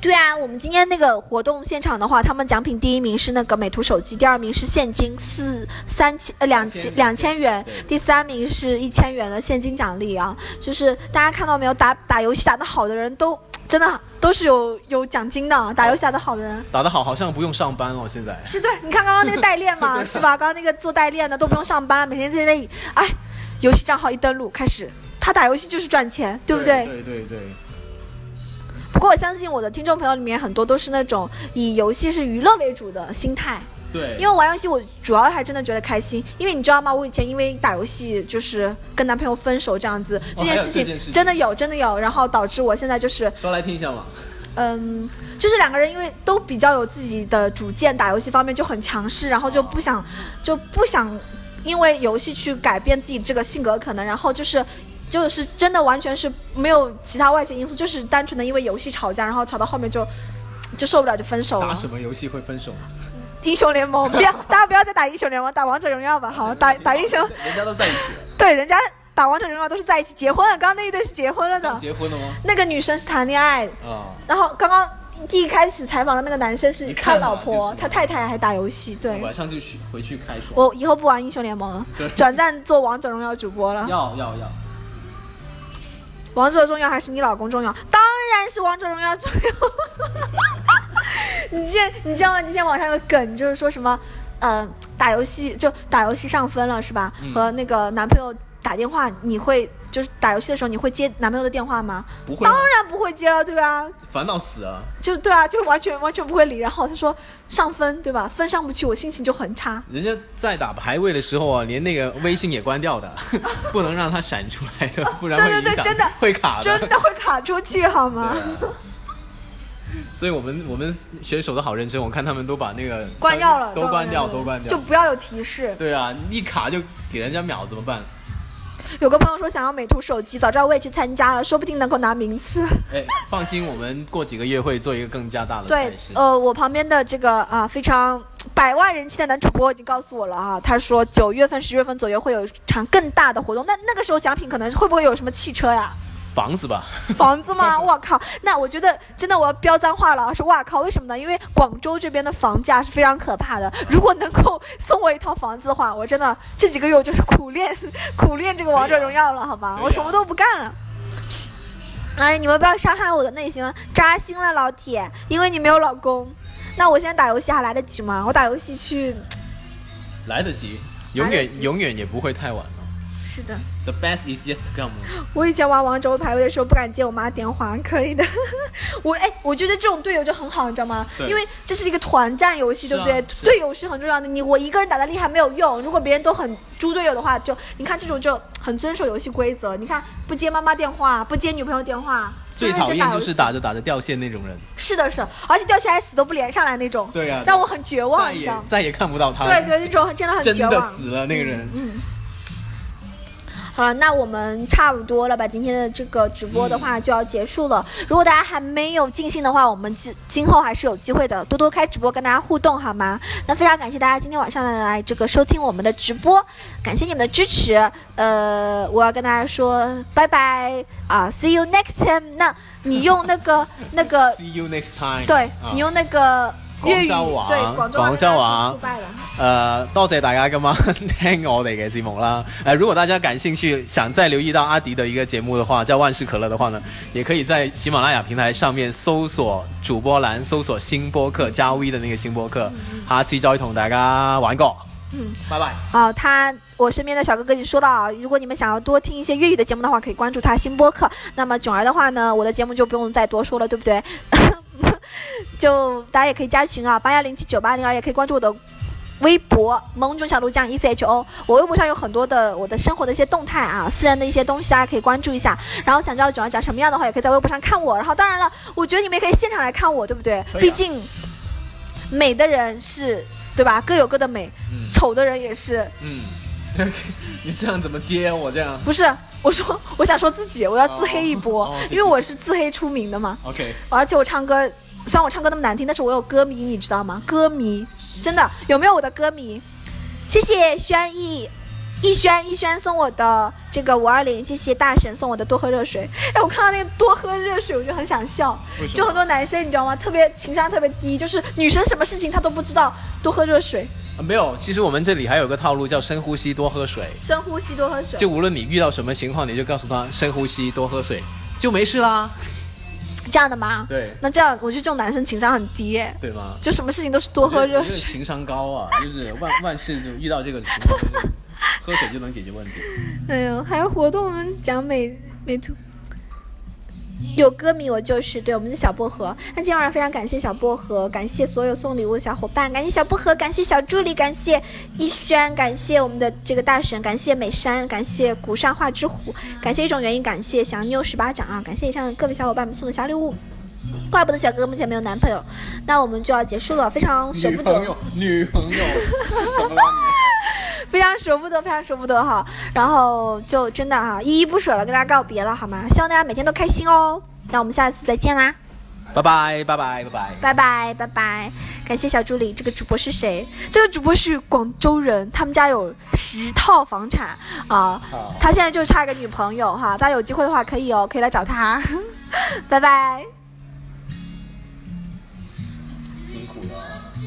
[SPEAKER 1] 对啊，我们今天那个活动现场的话，他们奖品第一名是那个美图手机，第二名是现金四三千呃两千两千元，第三名是一千元的现金奖励啊。就是大家看到没有，打打游戏打得好的人都真的都是有有奖金的啊，打游戏打得好的人。
[SPEAKER 4] 打得好，好像不用上班哦，现在。
[SPEAKER 1] 是对，你看刚刚那个代练 嘛，是吧？刚刚那个做代练的都不用上班了，每天在那里，哎，游戏账号一登录开始，他打游戏就是赚钱，对不对？
[SPEAKER 4] 对对对，
[SPEAKER 1] 不过我相信我的听众朋友里面很多都是那种以游戏是娱乐为主的心态，
[SPEAKER 4] 对
[SPEAKER 1] 因为玩游戏我主要还真的觉得开心，因为你知道吗？我以前因为打游戏就是跟男朋友分手这样子，这件事
[SPEAKER 4] 哦还有这件事情
[SPEAKER 1] 情真的有真的有，然后导致我现在就是
[SPEAKER 4] 说来听一下嘛。
[SPEAKER 1] 嗯，就是两个人因为都比较有自己的主见，打游戏方面就很强势，然后就不想就不想因为游戏去改变自己这个性格，可能然后就是。就是真的完全是没有其他外界因素，就是单纯的因为游戏吵架，然后吵到后面就就受不了就分手
[SPEAKER 4] 打
[SPEAKER 1] 了。
[SPEAKER 4] 什么游戏会分手？
[SPEAKER 1] 英雄联盟，不要 大家不要再打英雄联盟，打王者荣耀吧。好，啊打打英雄，
[SPEAKER 4] 人家都在一起了，
[SPEAKER 1] 对人家打王者荣耀都是在一起结婚了，刚刚那一对是结婚了的，啊
[SPEAKER 4] 结婚了吗？
[SPEAKER 1] 那个女生是谈恋爱，
[SPEAKER 4] 啊，
[SPEAKER 1] 然后刚刚一开始采访的那个男生是
[SPEAKER 7] 一
[SPEAKER 1] 他
[SPEAKER 7] 看嘛
[SPEAKER 1] 老婆，
[SPEAKER 7] 就是
[SPEAKER 1] 他太太还打游戏，对。
[SPEAKER 7] 晚上就去回去开爽。
[SPEAKER 1] 我以后不玩英雄联盟了，转战做王者荣耀主播了。
[SPEAKER 7] 要要要，
[SPEAKER 1] 王者重要还是你老公重要？当然是王者荣耀重 要。你见你知道吗？之前网上有个梗，就是说什么，呃，打游戏就打游戏上分了是吧？
[SPEAKER 7] 嗯
[SPEAKER 1] 和那个男朋友打电话，你会就是打游戏的时候你会接男朋友的电话吗？
[SPEAKER 7] 不会啊
[SPEAKER 1] 当
[SPEAKER 7] 吗
[SPEAKER 1] 然不会接了，对吧？
[SPEAKER 7] 烦到死啊！
[SPEAKER 1] 就对啊，就完全完全不会理。然后他说上分对吧？分上不去，我心情就很差。
[SPEAKER 4] 人家在打排位的时候啊，连那个微信也关掉的， 不能让它闪出来的，不然会
[SPEAKER 1] 啊对
[SPEAKER 4] 影
[SPEAKER 1] 对对
[SPEAKER 4] 响，
[SPEAKER 1] 真的
[SPEAKER 4] 会卡
[SPEAKER 1] 真
[SPEAKER 4] 的。啊
[SPEAKER 1] 的会卡出去好吗？
[SPEAKER 4] 所以我们我们选手都好认真，我看他们都把那个
[SPEAKER 1] 关掉了，
[SPEAKER 4] 都关掉，
[SPEAKER 1] 对
[SPEAKER 4] 都关掉，
[SPEAKER 1] 就不要有提示。
[SPEAKER 4] 对啊，一卡就给人家秒怎么 办？
[SPEAKER 1] 有个朋友说想要美图手机，早知道我也去参加了，说不定能够拿名次。
[SPEAKER 4] 哎，放心，我们过几个月会做一个更加大的赛
[SPEAKER 1] 对
[SPEAKER 4] 事，。
[SPEAKER 1] 呃，我旁边的这个啊、非常百万人气的男主播已经告诉我了啊，他说九月份、十月份左右会有一场更大的活动，那那个时候奖品可能会不会有什么汽车呀、
[SPEAKER 4] 房子吧，
[SPEAKER 1] 房子吗？我靠！那我觉得真的我要飙脏话了，啊说哇靠，为什么呢？因为广州这边的房价是非常可怕的， 如果能够送我一套房子的话，我真的这几个月我就是苦练 苦练这个王者荣耀了，好吧？我什么都不干了。哎，你们不要伤害我的内心了，扎心了，老铁，因为你没有老公。那我现在打游戏还来得及吗？我打游戏去，
[SPEAKER 7] 来得及
[SPEAKER 4] 永
[SPEAKER 1] 来得
[SPEAKER 4] 远
[SPEAKER 1] 及
[SPEAKER 4] 永远也不会太晚了。
[SPEAKER 1] 是的，
[SPEAKER 7] ，The best is yet to come。
[SPEAKER 1] 我以前玩王者排位的时候不敢接我妈电话，可 以的。我哎，我觉得这种队友就很好，你知道吗？
[SPEAKER 7] 对
[SPEAKER 1] 因为这是一个团战游戏，
[SPEAKER 7] 是
[SPEAKER 1] 对
[SPEAKER 7] 啊
[SPEAKER 1] 不对？
[SPEAKER 7] 是
[SPEAKER 1] 队友是很重要的。你我一个人打的厉害没有用，如果别人都很猪队友的话，就你看这种就很遵守游戏规则。你看不接妈妈电话，不接女朋友电话，
[SPEAKER 4] 最
[SPEAKER 1] 认
[SPEAKER 4] 讨
[SPEAKER 1] 真
[SPEAKER 4] 厌
[SPEAKER 1] 打游
[SPEAKER 4] 就
[SPEAKER 1] 戏
[SPEAKER 4] 是打着打着掉线那种人，
[SPEAKER 1] 是的是的，而且掉下来死都不连上来那种，
[SPEAKER 4] 对啊
[SPEAKER 1] 让我很绝望，
[SPEAKER 4] 再
[SPEAKER 1] 你知道
[SPEAKER 4] 也
[SPEAKER 1] 吗？
[SPEAKER 4] 再也看不到他，
[SPEAKER 1] 对对，那种真的很
[SPEAKER 4] 真
[SPEAKER 1] 绝
[SPEAKER 4] 的
[SPEAKER 1] 望。嗯
[SPEAKER 4] 死了那个人。
[SPEAKER 1] 好了，那我们差不多了吧？今天的这个直播的话就要结束了。如果大家还没有尽兴的话，我们今今后还是有机会的，多多开直播跟大家互动好吗？那非常感谢大家今天晚上的来这个收听我们的直播，感谢你们的支持。呃，我要跟大家说拜拜啊，see you next time。那你用那个那 个，
[SPEAKER 4] See you next time。
[SPEAKER 1] 对
[SPEAKER 4] 啊
[SPEAKER 1] 你用那个粤语
[SPEAKER 4] 广州话
[SPEAKER 1] 对广州话
[SPEAKER 4] 广州话
[SPEAKER 1] 跟大家说 goodbye 了
[SPEAKER 4] 誒、呃多謝大家今晚聽我哋嘅節目啦。誒、如果大家感興趣，想再留意到阿迪的一個節目的話，叫萬事可樂的話呢，也可以在喜馬拉雅平台上面搜索主播欄，搜索新播客加 V 的那個新播客。下次再同大家玩過。
[SPEAKER 1] 嗯，
[SPEAKER 4] 拜拜。
[SPEAKER 1] 啊，他我身边的小哥哥已经说到啊，如果你们想要多听一些粤语的节目的话，可以关注他新播客。那么囧儿的话呢，我的节目就不用再多说了，对不对？ 就大家也可以加群啊，八幺零七九八零二，也可以关注我的微博“萌种小鹿酱 E C H O”。我微博上有很多的我的生活的一些动态啊，私人的一些东西，大家可以关注一下。然后想知道囧儿长什么样的话，也可以在微博上看我。然后当然了，我觉得你们也可以现场来看我，对不对？
[SPEAKER 7] 可以啊
[SPEAKER 1] 毕竟美的人是对吧，各有各的美，
[SPEAKER 4] 嗯
[SPEAKER 1] 丑的人也是。
[SPEAKER 4] 嗯，你这样怎么接我这样
[SPEAKER 1] 不是，我说我想说自己，我要自黑一波，
[SPEAKER 7] 哦哦
[SPEAKER 1] 因为我是自黑出名的嘛。
[SPEAKER 4] ？OK，
[SPEAKER 1] 而且我唱歌，虽然我唱歌那么难听，但是我有歌迷，你知道吗？歌迷，真的有没有我的歌迷？谢谢轩逸。逸轩，逸轩送我的这个五二零，谢谢大神送我的多喝热水。哎，我看到那个多喝热水，我就很想笑。
[SPEAKER 7] 为什么
[SPEAKER 1] 就很多男生你知道吗？特别情商特别低，就是女生什么事情他都不知道，多喝热水，
[SPEAKER 4] 啊没有。其實我們這裡還有一個套路叫深呼吸，多喝水。
[SPEAKER 1] 深呼吸，多喝水。
[SPEAKER 4] 就無論你遇到什麼情況，你就告訴他深呼吸，多喝水，就沒事啦。
[SPEAKER 1] 这样的吗？
[SPEAKER 4] 对，
[SPEAKER 1] 那这样，我觉得这种男生情商很低耶。
[SPEAKER 4] 對嗎？
[SPEAKER 1] 就什么事情都是多喝热
[SPEAKER 4] 我觉得
[SPEAKER 1] 水。
[SPEAKER 4] 情商高啊，就是万万事就遇到这个情况，就是喝水就能解决 问题。
[SPEAKER 1] 哎呦，还有活动讲美美图。有歌迷，我就是对我们的小薄荷。那今天晚上非常感谢小薄荷，感谢所有送礼物的小伙伴，感谢小薄荷，感谢小助理，感谢逸轩，感谢我们的这个大神，感谢美山，感谢古善画之虎，感谢一种原因，感谢祥妞十八掌啊，感谢以上各位小伙伴们送的小礼物。怪不得小哥哥目前没有男朋友，那我们就要结束了，非常舍不得。
[SPEAKER 4] 友，女朋友，怎么了
[SPEAKER 1] 非常舍不得，非常舍不得哈。然后就真的哈、依依不舍了，跟大家告别了，好吗？希望大家每天都开心哦。那我们下一次再见啦，
[SPEAKER 4] 你？拜拜拜拜拜拜。
[SPEAKER 1] 拜拜拜拜！感谢小助理，这个主播是谁？这个主播是广州人，他们家有十套房产啊、
[SPEAKER 4] 好
[SPEAKER 1] 他现在就差一个女朋友哈，大家有机会的话可以哦，可以来找他。拜拜。